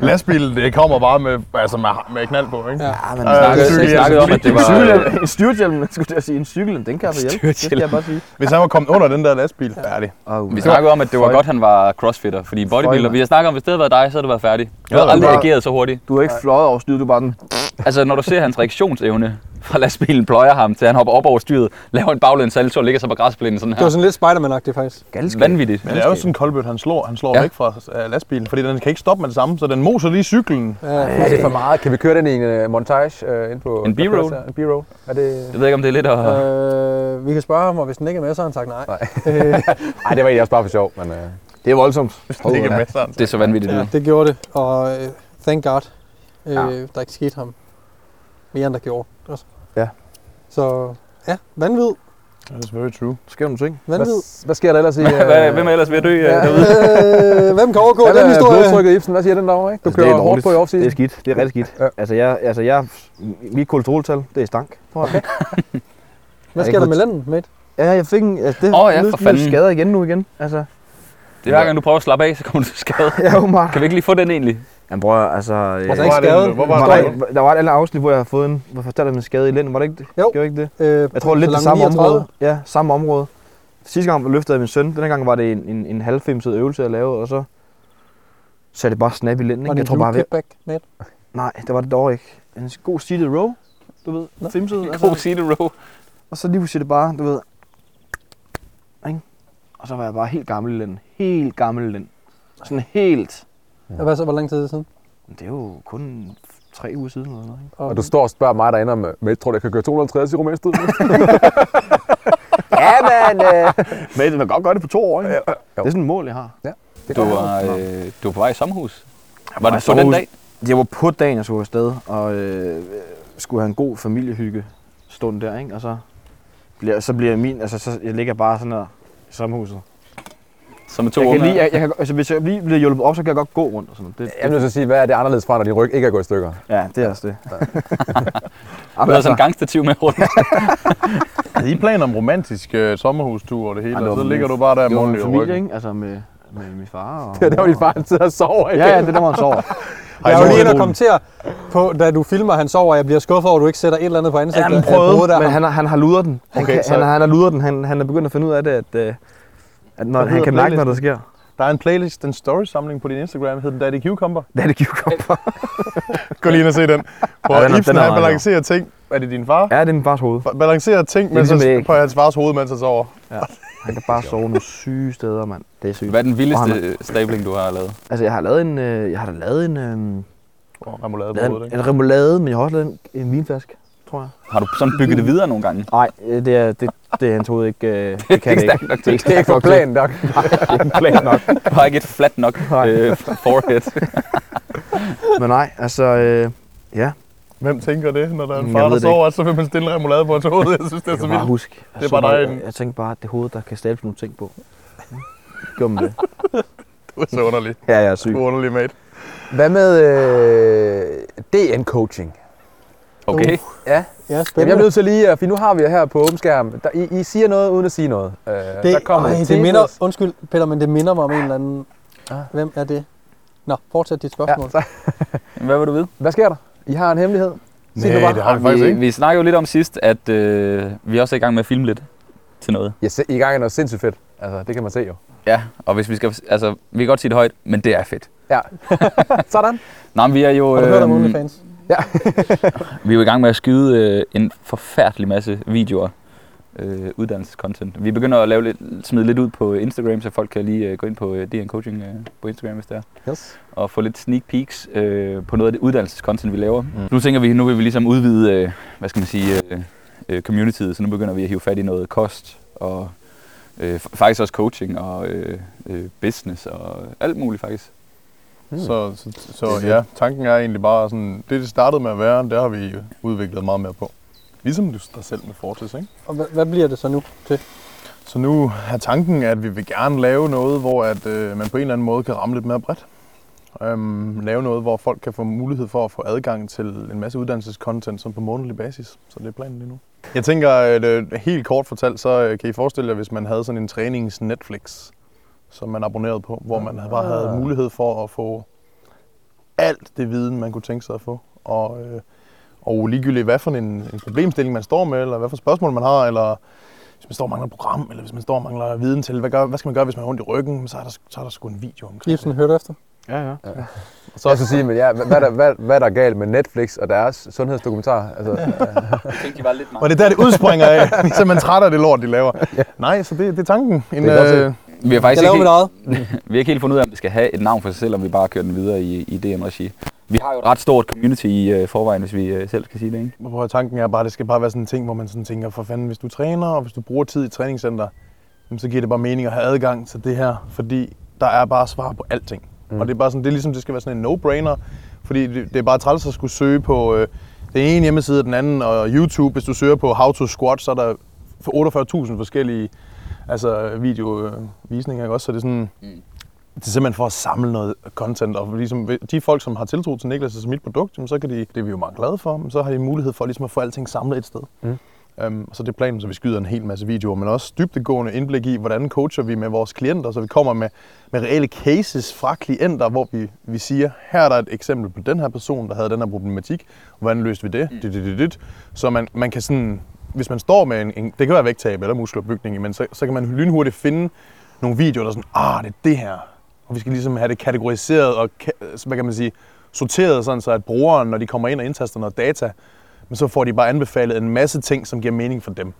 [SPEAKER 4] lastbilen det kommer bare med, altså med, med knald på, ikke?
[SPEAKER 1] Ja.
[SPEAKER 5] Ja, men
[SPEAKER 4] Øh,
[SPEAKER 2] snakkede-
[SPEAKER 4] cykelhjelm.
[SPEAKER 2] snakkede om, at det
[SPEAKER 5] en
[SPEAKER 2] var-
[SPEAKER 5] cykelhjelm, en styrthjelm, skulle jeg sige, en cykelhjelm, den kan altså hjælpe. Det skal jeg bare sige.
[SPEAKER 4] Hvis han var kommet under den der lastbil, færdig.
[SPEAKER 5] Oh,
[SPEAKER 2] Vi snakkede om, at det var godt, han var crossfitter, fordi bodybuilder, vi har snakket om, hvis det havde været dig, så havde det været færdigt. Du havde
[SPEAKER 4] Ja,
[SPEAKER 2] aldrig
[SPEAKER 5] bare-
[SPEAKER 2] reageret så hurtigt.
[SPEAKER 5] du er ikke fløjet over styret, du er bare den.
[SPEAKER 2] Altså, når du ser hans reaktionsevne fra lastbilen pløjer ham, til han hopper op over styret, laver en baglæns salto og ligger sig på græsplænen sådan
[SPEAKER 1] Det var
[SPEAKER 2] her.
[SPEAKER 1] sådan lidt Spider-Man-agtigt, faktisk.
[SPEAKER 2] Vanvittigt.
[SPEAKER 4] Men det er jo sådan en koldbøt, han slår, han slår
[SPEAKER 2] Ja.
[SPEAKER 4] ja. væk fra øh, lastbilen, fordi den kan ikke stoppe med det samme, så den moser lige cyklen.
[SPEAKER 1] Ja,
[SPEAKER 3] Er det for meget? Kan vi køre den i en øh, montage øh, ind på...
[SPEAKER 2] En B-roll?
[SPEAKER 3] En B-roll. Er det...
[SPEAKER 2] Jeg ved ikke, om det er lidt at...
[SPEAKER 1] øh, vi kan spørge ham, og hvis den ikke er med, så har han sagt nej.
[SPEAKER 3] Nej.
[SPEAKER 1] Øh,
[SPEAKER 3] Nej, det var egentlig også bare for sjov, men... Øh,
[SPEAKER 5] Det er voldsomt.
[SPEAKER 4] Det kan med sådan.
[SPEAKER 2] Det er så vanvittigt ud.
[SPEAKER 1] Det gjorde det, og øh, thank God, øh,
[SPEAKER 3] Ja.
[SPEAKER 1] der ikke skete ham mere end der gjorde. Altså.
[SPEAKER 3] Ja.
[SPEAKER 1] Så ja, vanvid,
[SPEAKER 4] That's very true.
[SPEAKER 5] Sker nogle ting.
[SPEAKER 1] vanvid.
[SPEAKER 3] hvad, hvad sker der ellers i... øh,
[SPEAKER 2] Hvad- Hvem er ellers ved at dø øh, derude?
[SPEAKER 1] øh, hvem kan overgå
[SPEAKER 3] Hvad
[SPEAKER 1] den
[SPEAKER 3] er
[SPEAKER 1] historie?
[SPEAKER 3] blodtrykket Ibsen? Hvad siger den derovre, ikke? Du
[SPEAKER 5] Altså, det
[SPEAKER 3] kører
[SPEAKER 5] er
[SPEAKER 3] hårdt
[SPEAKER 5] dårligt.
[SPEAKER 3] på i off-season.
[SPEAKER 5] Det er skidt. Det er rigtig skidt.
[SPEAKER 3] Ja.
[SPEAKER 5] Altså, jeg, altså, jeg, mit kolesteroltal, det er stank. tror jeg.
[SPEAKER 1] Hvad
[SPEAKER 5] Jeg
[SPEAKER 1] sker
[SPEAKER 5] kan
[SPEAKER 1] der med lænden, mate?
[SPEAKER 5] Ja, jeg fik en... Altså, det,
[SPEAKER 2] Åh, ja,
[SPEAKER 5] nu-
[SPEAKER 2] for
[SPEAKER 5] nu
[SPEAKER 2] fanden.
[SPEAKER 5] skader igen nu igen. Altså,
[SPEAKER 2] Det er hver gang, du prøver at slappe af, så kommer du til skade.
[SPEAKER 5] Ja, åbenbart.
[SPEAKER 2] Kan vi ikke lige få den egentlig?
[SPEAKER 5] Jamen bror, altså... Øh,
[SPEAKER 1] Altså
[SPEAKER 4] Hvor
[SPEAKER 1] ikke
[SPEAKER 4] var det,
[SPEAKER 1] skadet.
[SPEAKER 4] hvor
[SPEAKER 5] var
[SPEAKER 4] var
[SPEAKER 5] der,
[SPEAKER 4] det?
[SPEAKER 5] ikke, der var et andet afsnit, hvor jeg har fået en, hvor jeg fortalte om en skade i lænden, var det ikke det?
[SPEAKER 1] Jo.
[SPEAKER 5] Gjorde jeg ikke det?
[SPEAKER 1] Øh,
[SPEAKER 5] Jeg tror lidt det
[SPEAKER 1] Salon
[SPEAKER 5] samme
[SPEAKER 1] 39.
[SPEAKER 5] område. Ja, samme område. Sidste gang løftede jeg min søn, den her gang var det en, en, en halvfemset øvelse at lave, og så så er det bare snap i lænden,
[SPEAKER 1] Og
[SPEAKER 5] ikke?
[SPEAKER 1] det
[SPEAKER 5] Jeg tror bare, ved...
[SPEAKER 1] kickback med.
[SPEAKER 5] Nej, det var det dog ikke. En god seated row, du
[SPEAKER 1] Nå.
[SPEAKER 5] ved, femset,
[SPEAKER 2] God
[SPEAKER 5] altså,
[SPEAKER 2] seated row.
[SPEAKER 5] og så lige pludselig er det bare, du ved, ikke? Og så var jeg bare helt gammel i lænden. Helt gammel i lænden. Sådan helt.
[SPEAKER 1] Hvad så, hvor lang tid er det siden?
[SPEAKER 5] Men Det er jo kun tre uger siden eller noget, ikke?
[SPEAKER 3] Og du står og spørger mig derinde om, øh, "Mate, tror du, jeg kan køre 250 i rumænstid?
[SPEAKER 5] Ja, men, øh, men man kan godt gøre det på to år, ikke? Ja,
[SPEAKER 3] jo.
[SPEAKER 5] Det er sådan et mål, jeg har.
[SPEAKER 2] Du var, øh, du var på vej i sommerhus. Var
[SPEAKER 5] var i
[SPEAKER 2] det på den
[SPEAKER 5] sommerhus.
[SPEAKER 2] dag?
[SPEAKER 5] Jeg var på dagen, jeg skulle afsted, og øh, skulle have en god familiehygge stund der, ikke? Og så bliver, så bliver min, altså så, jeg ligger bare sådan her i sommerhuset.
[SPEAKER 2] Som er to
[SPEAKER 5] Jeg kan
[SPEAKER 2] unge.
[SPEAKER 5] lige, jeg, jeg kan, altså, hvis jeg lige bliver hjulpet op, så kan jeg godt gå rundt og sådan noget. Det,
[SPEAKER 3] Jeg vil så sige, hvad er det anderledes fra, når din ryg ikke er gået i stykker?
[SPEAKER 5] ja, det er også det.
[SPEAKER 2] Du
[SPEAKER 5] Jamen,
[SPEAKER 2] havde sådan en gangstativ med rundt.
[SPEAKER 4] Havde I planer om romantisk øh, sommerhustur og det hele,
[SPEAKER 5] Ej, det
[SPEAKER 4] og
[SPEAKER 5] var
[SPEAKER 4] så
[SPEAKER 5] min-
[SPEAKER 4] ligger du bare der
[SPEAKER 5] det var med
[SPEAKER 4] månedlig i
[SPEAKER 5] familie,
[SPEAKER 4] ryggen.
[SPEAKER 5] ikke? Altså med, med min far og...
[SPEAKER 3] Det er der, hvor din far han sidder og sover.
[SPEAKER 5] Ja, ja, det er der, hvor han sover.
[SPEAKER 4] Har I
[SPEAKER 1] Jeg er jo lige inde og
[SPEAKER 4] nogen-
[SPEAKER 1] kommentere på, da du filmer, han sover, og jeg bliver skuffet over, at du ikke sætter et eller andet på ansigtet.
[SPEAKER 5] Han
[SPEAKER 1] af
[SPEAKER 5] prøvede,
[SPEAKER 1] hovedet af
[SPEAKER 5] men
[SPEAKER 1] ham.
[SPEAKER 5] han, har- han har luder den. Han,
[SPEAKER 4] Okay,
[SPEAKER 5] okay, kan,
[SPEAKER 4] så-
[SPEAKER 5] han, har- han har luder den. Han, han er begyndt at finde ud af det, at, øh, at når,
[SPEAKER 4] Hvad
[SPEAKER 5] han
[SPEAKER 4] hedder
[SPEAKER 5] kan mærke, når
[SPEAKER 4] playlisten?
[SPEAKER 5] det sker.
[SPEAKER 4] Der er en playlist, en story-samling på din Instagram, hedder den Daddy Cucumber.
[SPEAKER 5] Det er det cucumber.
[SPEAKER 4] Gå lige ind og se den. Hvor
[SPEAKER 5] Ja, den er-
[SPEAKER 4] ja, Ibsen
[SPEAKER 5] den er
[SPEAKER 4] han
[SPEAKER 5] meget
[SPEAKER 4] balancerer ting. Er det din far?
[SPEAKER 5] Ja, det er min fars hoved.
[SPEAKER 4] Ba- Balancerer ting
[SPEAKER 5] er
[SPEAKER 4] mens
[SPEAKER 5] ligesom
[SPEAKER 4] han,
[SPEAKER 5] æg.
[SPEAKER 4] på hans fars hoved, mens han sover.
[SPEAKER 5] Han kan bare sove nogle syge steder, mand. Det er sygt.
[SPEAKER 2] Hvad er den
[SPEAKER 5] Og
[SPEAKER 2] vildeste
[SPEAKER 5] han
[SPEAKER 2] øh, stabling, du har lavet?
[SPEAKER 5] Altså, jeg har lavet en, øh, jeg har da lavet en, øh, lavet
[SPEAKER 4] Oh, remoulade på hovedet,
[SPEAKER 5] en,
[SPEAKER 4] ikke?
[SPEAKER 5] en remoulade, men jeg har også lavet en, en vinflaske, tror jeg.
[SPEAKER 2] Har du sådan bygget det videre nogle gange?
[SPEAKER 5] Nej, øh, det er, det, det er han troede ikke, øh, det kan det ikke.
[SPEAKER 2] stærkt nok
[SPEAKER 5] Det er
[SPEAKER 2] til.
[SPEAKER 5] ikke
[SPEAKER 3] Det er ikke for planen, Doc.
[SPEAKER 5] plan nok.
[SPEAKER 2] Du har ikke et flat nok øh, forehead.
[SPEAKER 5] Men nej, altså, øh, ja,
[SPEAKER 4] Hvem tænker det, når der er en
[SPEAKER 5] Jeg
[SPEAKER 4] far,
[SPEAKER 5] ved
[SPEAKER 4] der
[SPEAKER 5] det ikke.
[SPEAKER 4] sover, så vil man stille en remoulade på hans hoved? Jeg synes, det er
[SPEAKER 5] jeg
[SPEAKER 4] så
[SPEAKER 5] kan bare
[SPEAKER 4] vildt.
[SPEAKER 5] huske. Jeg,
[SPEAKER 4] Det er
[SPEAKER 5] så
[SPEAKER 4] bare dig
[SPEAKER 5] jeg,
[SPEAKER 4] en-
[SPEAKER 5] jeg tænkte bare, at det hoved, der kan stable nogle ting på. Gjorde man det?
[SPEAKER 4] Det er så underligt.
[SPEAKER 5] Ja, jeg er syg.
[SPEAKER 4] Det er underligt, mate.
[SPEAKER 3] Hvad med øh, DN-coaching?
[SPEAKER 2] Okay.
[SPEAKER 1] Uh.
[SPEAKER 3] Ja.
[SPEAKER 1] Ja,
[SPEAKER 3] Jamen, jeg
[SPEAKER 1] spændende.
[SPEAKER 3] er nødt til lige, at- for nu har vi her på åben skærm. Der, I, I siger noget uden at sige noget. Øh,
[SPEAKER 1] det,
[SPEAKER 3] der kommer
[SPEAKER 1] ej,
[SPEAKER 3] et
[SPEAKER 1] det
[SPEAKER 3] tema.
[SPEAKER 1] minder, undskyld Peter, men det minder mig om en eller anden...
[SPEAKER 3] Ah.
[SPEAKER 1] Hvem er det? Nå, fortsæt dit
[SPEAKER 3] Ja,
[SPEAKER 1] spørgsmål.
[SPEAKER 3] så,
[SPEAKER 2] Hvad vil du vide?
[SPEAKER 3] hvad sker der? I har en hemmelighed. Sig
[SPEAKER 4] Næh,
[SPEAKER 3] det bare.
[SPEAKER 4] det har vi faktisk
[SPEAKER 2] vi,
[SPEAKER 4] ikke.
[SPEAKER 2] vi snakkede jo lidt om sidst, at øh, vi også er i gang med at filme lidt til noget.
[SPEAKER 3] Jeg ser, I er i gang er noget sindssygt fedt. Altså, det kan man se jo.
[SPEAKER 2] Ja, og hvis vi skal, altså, vi kan godt sige det højt, men det er fedt.
[SPEAKER 3] Ja. Sådan.
[SPEAKER 2] Nej, vi er jo
[SPEAKER 1] Har du hørt om
[SPEAKER 2] øhm,
[SPEAKER 1] OnlyFans?
[SPEAKER 2] vi er jo i gang med at skyde øh, en forfærdelig masse videoer, øh, uddannelsescontent. Vi begynder at lave lidt, smide lidt ud på Instagram, så folk kan lige øh, gå ind på øh, DN Coaching øh, på Instagram, hvis det er.
[SPEAKER 3] Yes.
[SPEAKER 2] og få lidt sneak peeks øh, på noget af det uddannelsescontent, vi laver. Mm. Nu tænker vi, nu vil vi ligesom udvide, øh, hvad skal man sige, øh, øh, communityet, så nu begynder vi at hive fat i noget kost og øh, f- faktisk også coaching og øh, øh, business og alt muligt faktisk.
[SPEAKER 5] Hmm.
[SPEAKER 4] Så, så, så ja, tanken er egentlig bare sådan, det det startede med at være, det har vi udviklet meget mere på. Ligesom du dig selv med Fortis, ikke?
[SPEAKER 1] Og hvad, hvad bliver det så nu til?
[SPEAKER 4] Så nu er tanken, at vi vil gerne lave noget, hvor at, øh, man på en eller anden måde kan ramme lidt mere bredt. Øhm, lave noget, hvor folk kan få mulighed for at få adgang til en masse uddannelsescontent som på månedlig basis. Så det er planen lige nu. Jeg tænker, at øh, helt kort fortalt, så øh, kan I forestille jer, hvis man havde sådan en trænings-Netflix, som man abonnerede på, hvor man bare havde mulighed for at få alt det viden, man kunne tænke sig at få. Og, øh, og ligegyldigt, hvad for en, en problemstilling man står med, eller hvad for spørgsmål man har, eller hvis man står og mangler et program, eller hvis man står og mangler viden til, hvad, gør, hvad skal man gøre, hvis man har ondt i ryggen, så er der, så er der sgu en video omkring
[SPEAKER 1] Ibsen,
[SPEAKER 4] det.
[SPEAKER 1] hører du efter?
[SPEAKER 5] Ja, ja.
[SPEAKER 3] Så også at sige, men ja, hvad, hvad, er der- hvad, hvad er der galt med Netflix og deres sundhedsdokumentar? Altså,
[SPEAKER 2] Jeg tænkte, de var lidt
[SPEAKER 4] Og det er der, det udspringer af, så man er træt af det lort, de laver. Ja. Nej, så det, det er tanken. En,
[SPEAKER 3] Det er godt
[SPEAKER 4] øh,
[SPEAKER 2] Vi har faktisk
[SPEAKER 1] Jeg laver
[SPEAKER 2] ikke,
[SPEAKER 1] mit eget.
[SPEAKER 2] helt- vi har ikke helt fundet ud af, om det skal have et navn for sig selv, om vi bare kører den videre i, i DM-regi. Vi har jo et ret stort community i øh, forvejen, hvis vi øh, selv skal sige det, ikke?
[SPEAKER 4] Prøv at tanken er bare, at det skal bare være sådan en ting, hvor man sådan tænker, for fanden, hvis du træner, og hvis du bruger tid i træningscenter, jamen, så giver det bare mening at have adgang til det her, fordi der er bare svar på alting. Mm. Og det er bare sådan, det er ligesom, det skal være sådan en no-brainer, fordi det, det er bare træls at skulle søge på øh, den ene hjemmeside og den anden, og YouTube, hvis du søger på how to squat, så er der 48.000 forskellige altså, videovisninger, ikke også? Så det er sådan, det er simpelthen for at samle noget content, og ligesom de folk, som har tiltro til Niklas og mit produkt, jamen, så kan de, det er vi jo meget glade for, men så har de mulighed for ligesom at få alting samlet et sted. Mm. Øhm, og så er det planen, så vi skyder en hel masse videoer, men også dybdegående indblik i, hvordan coacher vi med vores klienter, så vi kommer med, med reelle cases fra klienter, hvor vi, vi siger, her er der et eksempel på den her person, der havde den her problematik, hvordan løste vi det? Dit, dit, dit, dit. Så man, man kan sådan, hvis man står med en, en det kan være vægttab eller muskelopbygning, men så, så kan man lynhurtigt finde nogle videoer, der er sådan, ah, det er det her. Og vi skal ligesom have det kategoriseret og, ka- så hvad kan man sige, sorteret sådan, så at brugeren, når de kommer ind og indtaster noget data, men så får de bare anbefalet en masse ting, som giver mening for dem.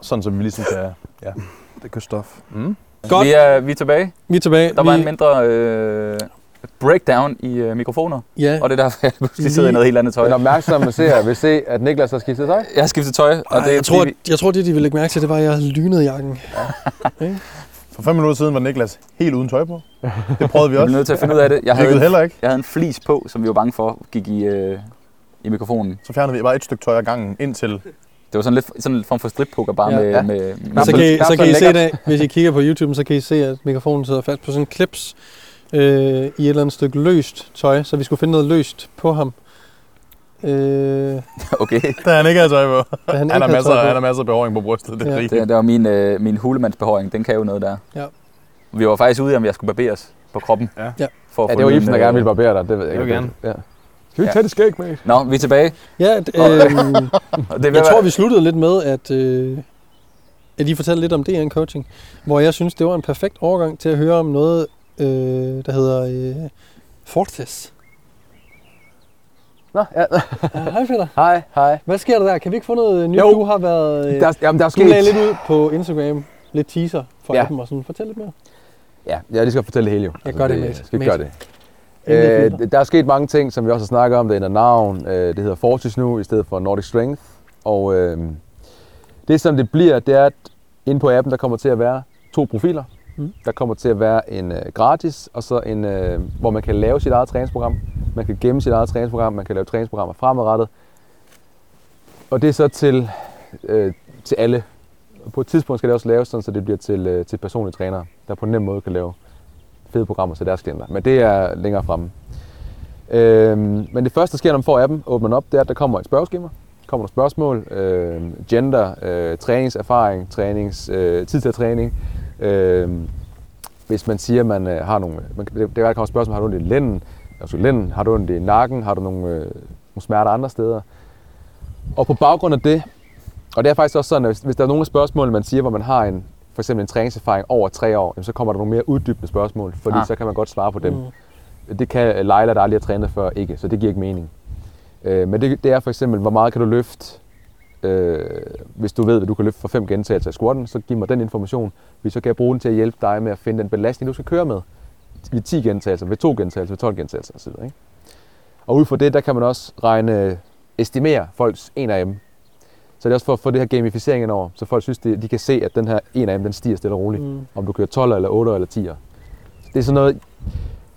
[SPEAKER 4] Sådan, så vi ligesom kan... Ja.
[SPEAKER 5] Det er godt stof.
[SPEAKER 4] Mm.
[SPEAKER 1] Godt.
[SPEAKER 2] Vi, er, vi er tilbage.
[SPEAKER 1] Vi er tilbage.
[SPEAKER 2] Der
[SPEAKER 1] vi,
[SPEAKER 2] var en mindre øh, breakdown i øh, mikrofoner,
[SPEAKER 1] Ja,
[SPEAKER 2] og det er derfor, jeg pludselig sidder i
[SPEAKER 1] Lige-
[SPEAKER 2] noget helt andet tøj.
[SPEAKER 3] Den opmærksomme seer vil se, at Niklas har skiftet tøj.
[SPEAKER 2] Jeg har skiftet tøj, og
[SPEAKER 1] Ej,
[SPEAKER 2] det er
[SPEAKER 1] jeg, tror,
[SPEAKER 2] fordi,
[SPEAKER 1] at, jeg tror, det de ville lægge mærke til, det var, at jeg lynede jakken.
[SPEAKER 4] For fem minutter siden var Niklas helt uden tøj på. Det prøvede vi
[SPEAKER 2] vi, vi
[SPEAKER 4] også.
[SPEAKER 2] er nødt til at finde ud af det. Jeg
[SPEAKER 4] Det
[SPEAKER 2] havde,
[SPEAKER 4] gik
[SPEAKER 2] en,
[SPEAKER 4] heller ikke.
[SPEAKER 2] jeg havde en flis på, som vi var bange for gik i, øh, i mikrofonen.
[SPEAKER 4] Så fjernede vi bare et stykke tøj ad gangen indtil...
[SPEAKER 2] Det var sådan lidt sådan en form for strippoker, bare
[SPEAKER 1] Ja.
[SPEAKER 2] med,
[SPEAKER 3] Ja.
[SPEAKER 2] med, med,
[SPEAKER 1] Så kan, I,
[SPEAKER 3] knap
[SPEAKER 1] så
[SPEAKER 3] så
[SPEAKER 1] kan I se
[SPEAKER 3] lækkert.
[SPEAKER 1] det, hvis I kigger på YouTube, så kan I se, at mikrofonen sidder fast på sådan en klips øh, i et eller andet stykke løst tøj, så vi skulle finde noget løst på ham. Øh, da
[SPEAKER 2] Okay,
[SPEAKER 4] Der er han ikke af tøj på.
[SPEAKER 1] han,
[SPEAKER 4] Han
[SPEAKER 1] ikke
[SPEAKER 4] har
[SPEAKER 1] havde
[SPEAKER 4] masser,
[SPEAKER 1] tøj på.
[SPEAKER 4] han har masser af behåring på brystet. Det er
[SPEAKER 1] Ja.
[SPEAKER 4] ja.
[SPEAKER 2] det, det var min, øh, min hulemandsbehåring, den kan jo noget der.
[SPEAKER 1] Ja.
[SPEAKER 2] Vi var faktisk ude i, om jeg skulle barberes på kroppen.
[SPEAKER 4] Ja.
[SPEAKER 1] Ja.
[SPEAKER 2] For at
[SPEAKER 3] Ja,
[SPEAKER 2] få
[SPEAKER 3] det var
[SPEAKER 2] lyden,
[SPEAKER 3] Ibsen, der
[SPEAKER 2] øh,
[SPEAKER 3] gerne ville barbere dig. Det ved jeg
[SPEAKER 5] Jeg
[SPEAKER 3] ikke.
[SPEAKER 5] vil
[SPEAKER 3] om det- Ja. Skal vi ikke tage det skæg, mate?
[SPEAKER 2] Nå, vi er tilbage.
[SPEAKER 1] Ja, d- øh,
[SPEAKER 2] Og Det er
[SPEAKER 1] jeg tror, vi sluttede lidt med, at, øh, at I fortalte lidt om DN Coaching, hvor jeg synes, det var en perfekt overgang til at høre om noget, øh, der hedder øh, Fortis.
[SPEAKER 3] Nå, ja.
[SPEAKER 1] Ja, Hej Peter.
[SPEAKER 3] Hej, hej.
[SPEAKER 1] Hvad sker der der? Kan vi ikke få noget nyt?
[SPEAKER 3] Jo.
[SPEAKER 1] Du har været... Øh,
[SPEAKER 3] Der, er- jamen, der er
[SPEAKER 1] du lagde
[SPEAKER 3] sket...
[SPEAKER 1] lidt ud på Instagram, lidt teaser for ja.
[SPEAKER 3] Ja.
[SPEAKER 1] appen og sådan. Fortæl lidt mere.
[SPEAKER 3] Ja, jeg lige skal fortælle det hele jo. Altså,
[SPEAKER 1] gør det,
[SPEAKER 3] det
[SPEAKER 1] mate.
[SPEAKER 3] Skal vi
[SPEAKER 1] Mate.
[SPEAKER 3] gøre det?
[SPEAKER 1] Inden jeg
[SPEAKER 3] Øh,
[SPEAKER 1] flytter.
[SPEAKER 3] der er sket mange ting, som vi også har snakket om. Det ændrer navn. Øh, det hedder Fortis nu, i stedet for Nordic Strength. Og øh, det, som det bliver, det er, at inde på appen, der kommer til at være to profiler.
[SPEAKER 1] Mm.
[SPEAKER 3] Mm. Der kommer til at være en øh, gratis, og så en, øh, hvor man kan lave sit eget træningsprogram. Man kan gemme sit eget træningsprogram. Man kan lave træningsprogrammer fremadrettet. Og det er så til, øh, til alle. Og På et tidspunkt skal det også laves sådan, så det bliver til, øh, til personlige trænere, der på en nem måde kan lave fede programmer til deres klienter. Men det er længere fremme. Øhm, men det første, der sker, når man får appen, åbner den op, det er, at der kommer et spørgeskema. kommer nogle spørgsmål. Øh, gender, øh, træningserfaring, trænings, øh, tid til at træning. Øh, hvis man siger, at man øh, har nogle... Man, kan- det, det kan være, der kommer et spørgsmål, har du ondt i lænden? Altså lænden, har du ondt i nakken? Har du nogle, øh, nogle smerter andre steder? Og på baggrund af det, og det er faktisk også sådan, at hvis, hvis der er nogle af spørgsmålene, man siger, hvor man har en, for eksempel en træningserfaring over tre år, jamen, så kommer der nogle mere uddybende spørgsmål, fordi
[SPEAKER 2] Ah.
[SPEAKER 3] ah. så kan man godt svare på dem. Mm. Det kan øh, Leila, der aldrig har trænet før, ikke, så det giver ikke mening. Øh, men det, det er for eksempel, hvor meget kan du løfte? Øh, hvis du ved, at du kan løfte for fem gentagelser i squatten, så giv mig den information, fordi så kan jeg bruge den til at hjælpe dig med at finde den belastning, du skal køre med. Ved 10 gentagelser, ved 2 gentagelser, ved 12 gentagelser osv. Ikke? Og ud fra det, der kan man også regne, estimere folks 1 af dem. Så det er også for at få det her gamificering ind over, så folk synes, de, de kan se, at den her 1 af dem, den stiger stille og roligt. Mm.
[SPEAKER 1] Mm.
[SPEAKER 3] Om du kører 12 eller 8 eller 10. Det er sådan noget,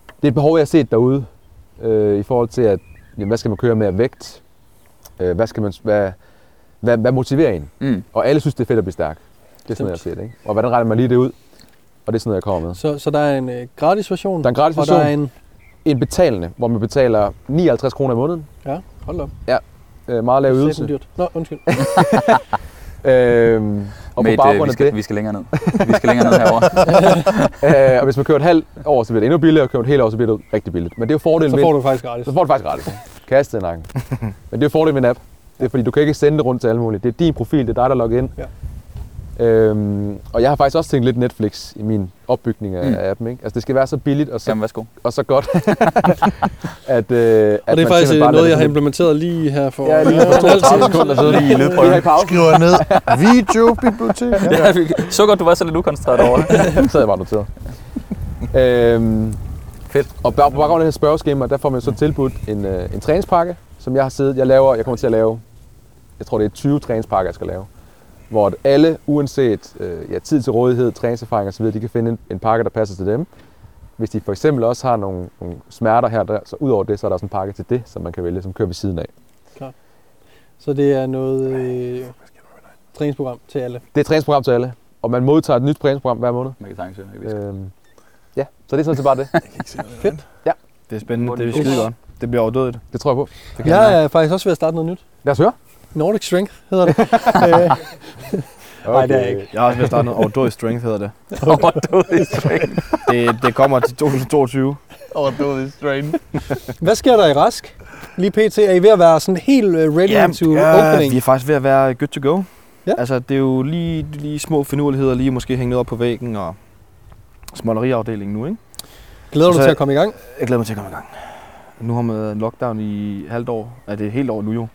[SPEAKER 3] det er et behov, jeg har set derude, øh, i forhold til, at jamen, hvad skal man køre med af vægt? Øh, hvad, skal man, hvad, hvad, hvad motiverer en?
[SPEAKER 2] Mm.
[SPEAKER 3] Og alle synes, det er fedt at blive stærk. Det er sådan noget, jeg ser det. Ikke? Og hvordan regner man lige det ud? Og det er sådan noget, jeg kommer med.
[SPEAKER 1] Så, så der er en øh, gratis version,
[SPEAKER 3] Der er en gratis
[SPEAKER 1] og der
[SPEAKER 3] version,
[SPEAKER 1] er en...
[SPEAKER 3] en betalende, hvor man betaler 59 kroner i måneden.
[SPEAKER 1] Ja, hold op.
[SPEAKER 3] Øh, meget lav
[SPEAKER 1] Det er
[SPEAKER 3] ydelse.
[SPEAKER 1] satme dyrt. Nå, undskyld.
[SPEAKER 3] Øh, og på
[SPEAKER 2] med et, øh,
[SPEAKER 3] baggrund
[SPEAKER 2] vi,
[SPEAKER 3] af
[SPEAKER 2] skal,
[SPEAKER 3] det,
[SPEAKER 2] vi skal længere ned. Vi skal længere ned herovre.
[SPEAKER 3] Øh, og hvis man kører et halvt år, så bliver det endnu billigere, og kører et helt år, så bliver det rigtig billigt. Men det er jo fordelen
[SPEAKER 1] Så
[SPEAKER 3] ved...
[SPEAKER 1] får du faktisk gratis.
[SPEAKER 3] så får du faktisk gratis. Kaste den nakken. Men det er jo fordelen ved en app. Det er fordi, du kan ikke sende det rundt til alle mulige. Det er din profil, det er dig, der logger ind. Ja. Øhm, og jeg har faktisk også tænkt lidt Netflix i min opbygning af
[SPEAKER 2] Mm.
[SPEAKER 3] mm. appen. Ikke? Altså, det skal være så billigt og så,
[SPEAKER 2] Jamen, værsgo.
[SPEAKER 3] og så godt, at, øh, at
[SPEAKER 1] Og det er
[SPEAKER 3] man
[SPEAKER 1] faktisk
[SPEAKER 3] simpelthen
[SPEAKER 1] øh,
[SPEAKER 3] bare
[SPEAKER 1] noget,
[SPEAKER 3] lader
[SPEAKER 1] jeg har
[SPEAKER 3] det
[SPEAKER 1] implementeret lige her for...
[SPEAKER 3] Ja, lige for
[SPEAKER 1] for en halv
[SPEAKER 3] 32
[SPEAKER 1] time
[SPEAKER 3] sekunder
[SPEAKER 1] siden.
[SPEAKER 3] siden.
[SPEAKER 4] Lige i
[SPEAKER 3] ligge. Det er i
[SPEAKER 4] lydprøven.
[SPEAKER 3] pausen.
[SPEAKER 4] Skriver ned. Videobibliotek. Ja.
[SPEAKER 2] Så godt, du var så lidt ukoncentreret over det.
[SPEAKER 3] Så havde jeg bare noteret. øhm,
[SPEAKER 2] Fedt.
[SPEAKER 3] Og på på baggrund af det her spørgeskema, der får man så tilbudt en, øh, en træningspakke, som jeg har siddet, jeg laver, jeg kommer til at lave, jeg tror det er 20 træningspakker, jeg skal lave. Hvor at alle, uanset øh, ja, tid til rådighed, træningserfaring osv., de kan finde en, en pakke, der passer til dem. Hvis de for eksempel også har nogle, nogle smerter her, og der, så ud over det, så er der også en pakke til det, som man kan vælge, som kører ved siden af.
[SPEAKER 1] Så det er noget øh, træningsprogram til alle.
[SPEAKER 3] Det er et træningsprogram til alle, og man modtager et nyt træningsprogram hver måned.
[SPEAKER 2] Man kan sagtens høre, ikke?
[SPEAKER 3] Øhm, ja, så det er sådan set bare det.
[SPEAKER 5] Det er spændende.
[SPEAKER 2] Hvor er
[SPEAKER 5] Det er
[SPEAKER 2] det
[SPEAKER 5] skide godt. Det bliver overdødigt.
[SPEAKER 3] Det tror jeg på.
[SPEAKER 5] Det kan jeg
[SPEAKER 1] Jeg er faktisk også ved at starte noget nyt.
[SPEAKER 3] Lad os høre.
[SPEAKER 1] Nordic Strength hedder det. Øh, Nej, det er jeg ikke.
[SPEAKER 5] Jeg har også ved at starte noget overdådig strength, hedder det.
[SPEAKER 2] Overdådig strength.
[SPEAKER 5] det. Det kommer til 2022.
[SPEAKER 4] Overdådig strain.
[SPEAKER 1] Hvad sker der i Rask? Lige pt. Er I ved at være sådan helt øh, ready to opening?
[SPEAKER 5] vi er faktisk ved at være good to go.
[SPEAKER 1] Ja.
[SPEAKER 5] Altså, det er jo lige, lige små finurligheder, lige måske hænge noget op på væggen og småleriafdelingen nu, ikke?
[SPEAKER 1] Glæder du
[SPEAKER 5] Så-
[SPEAKER 1] dig til at komme i gang?
[SPEAKER 5] Jeg glæder mig til at komme i gang. Nu har man været lockdown i halvt år. Er det et helt år nu jo?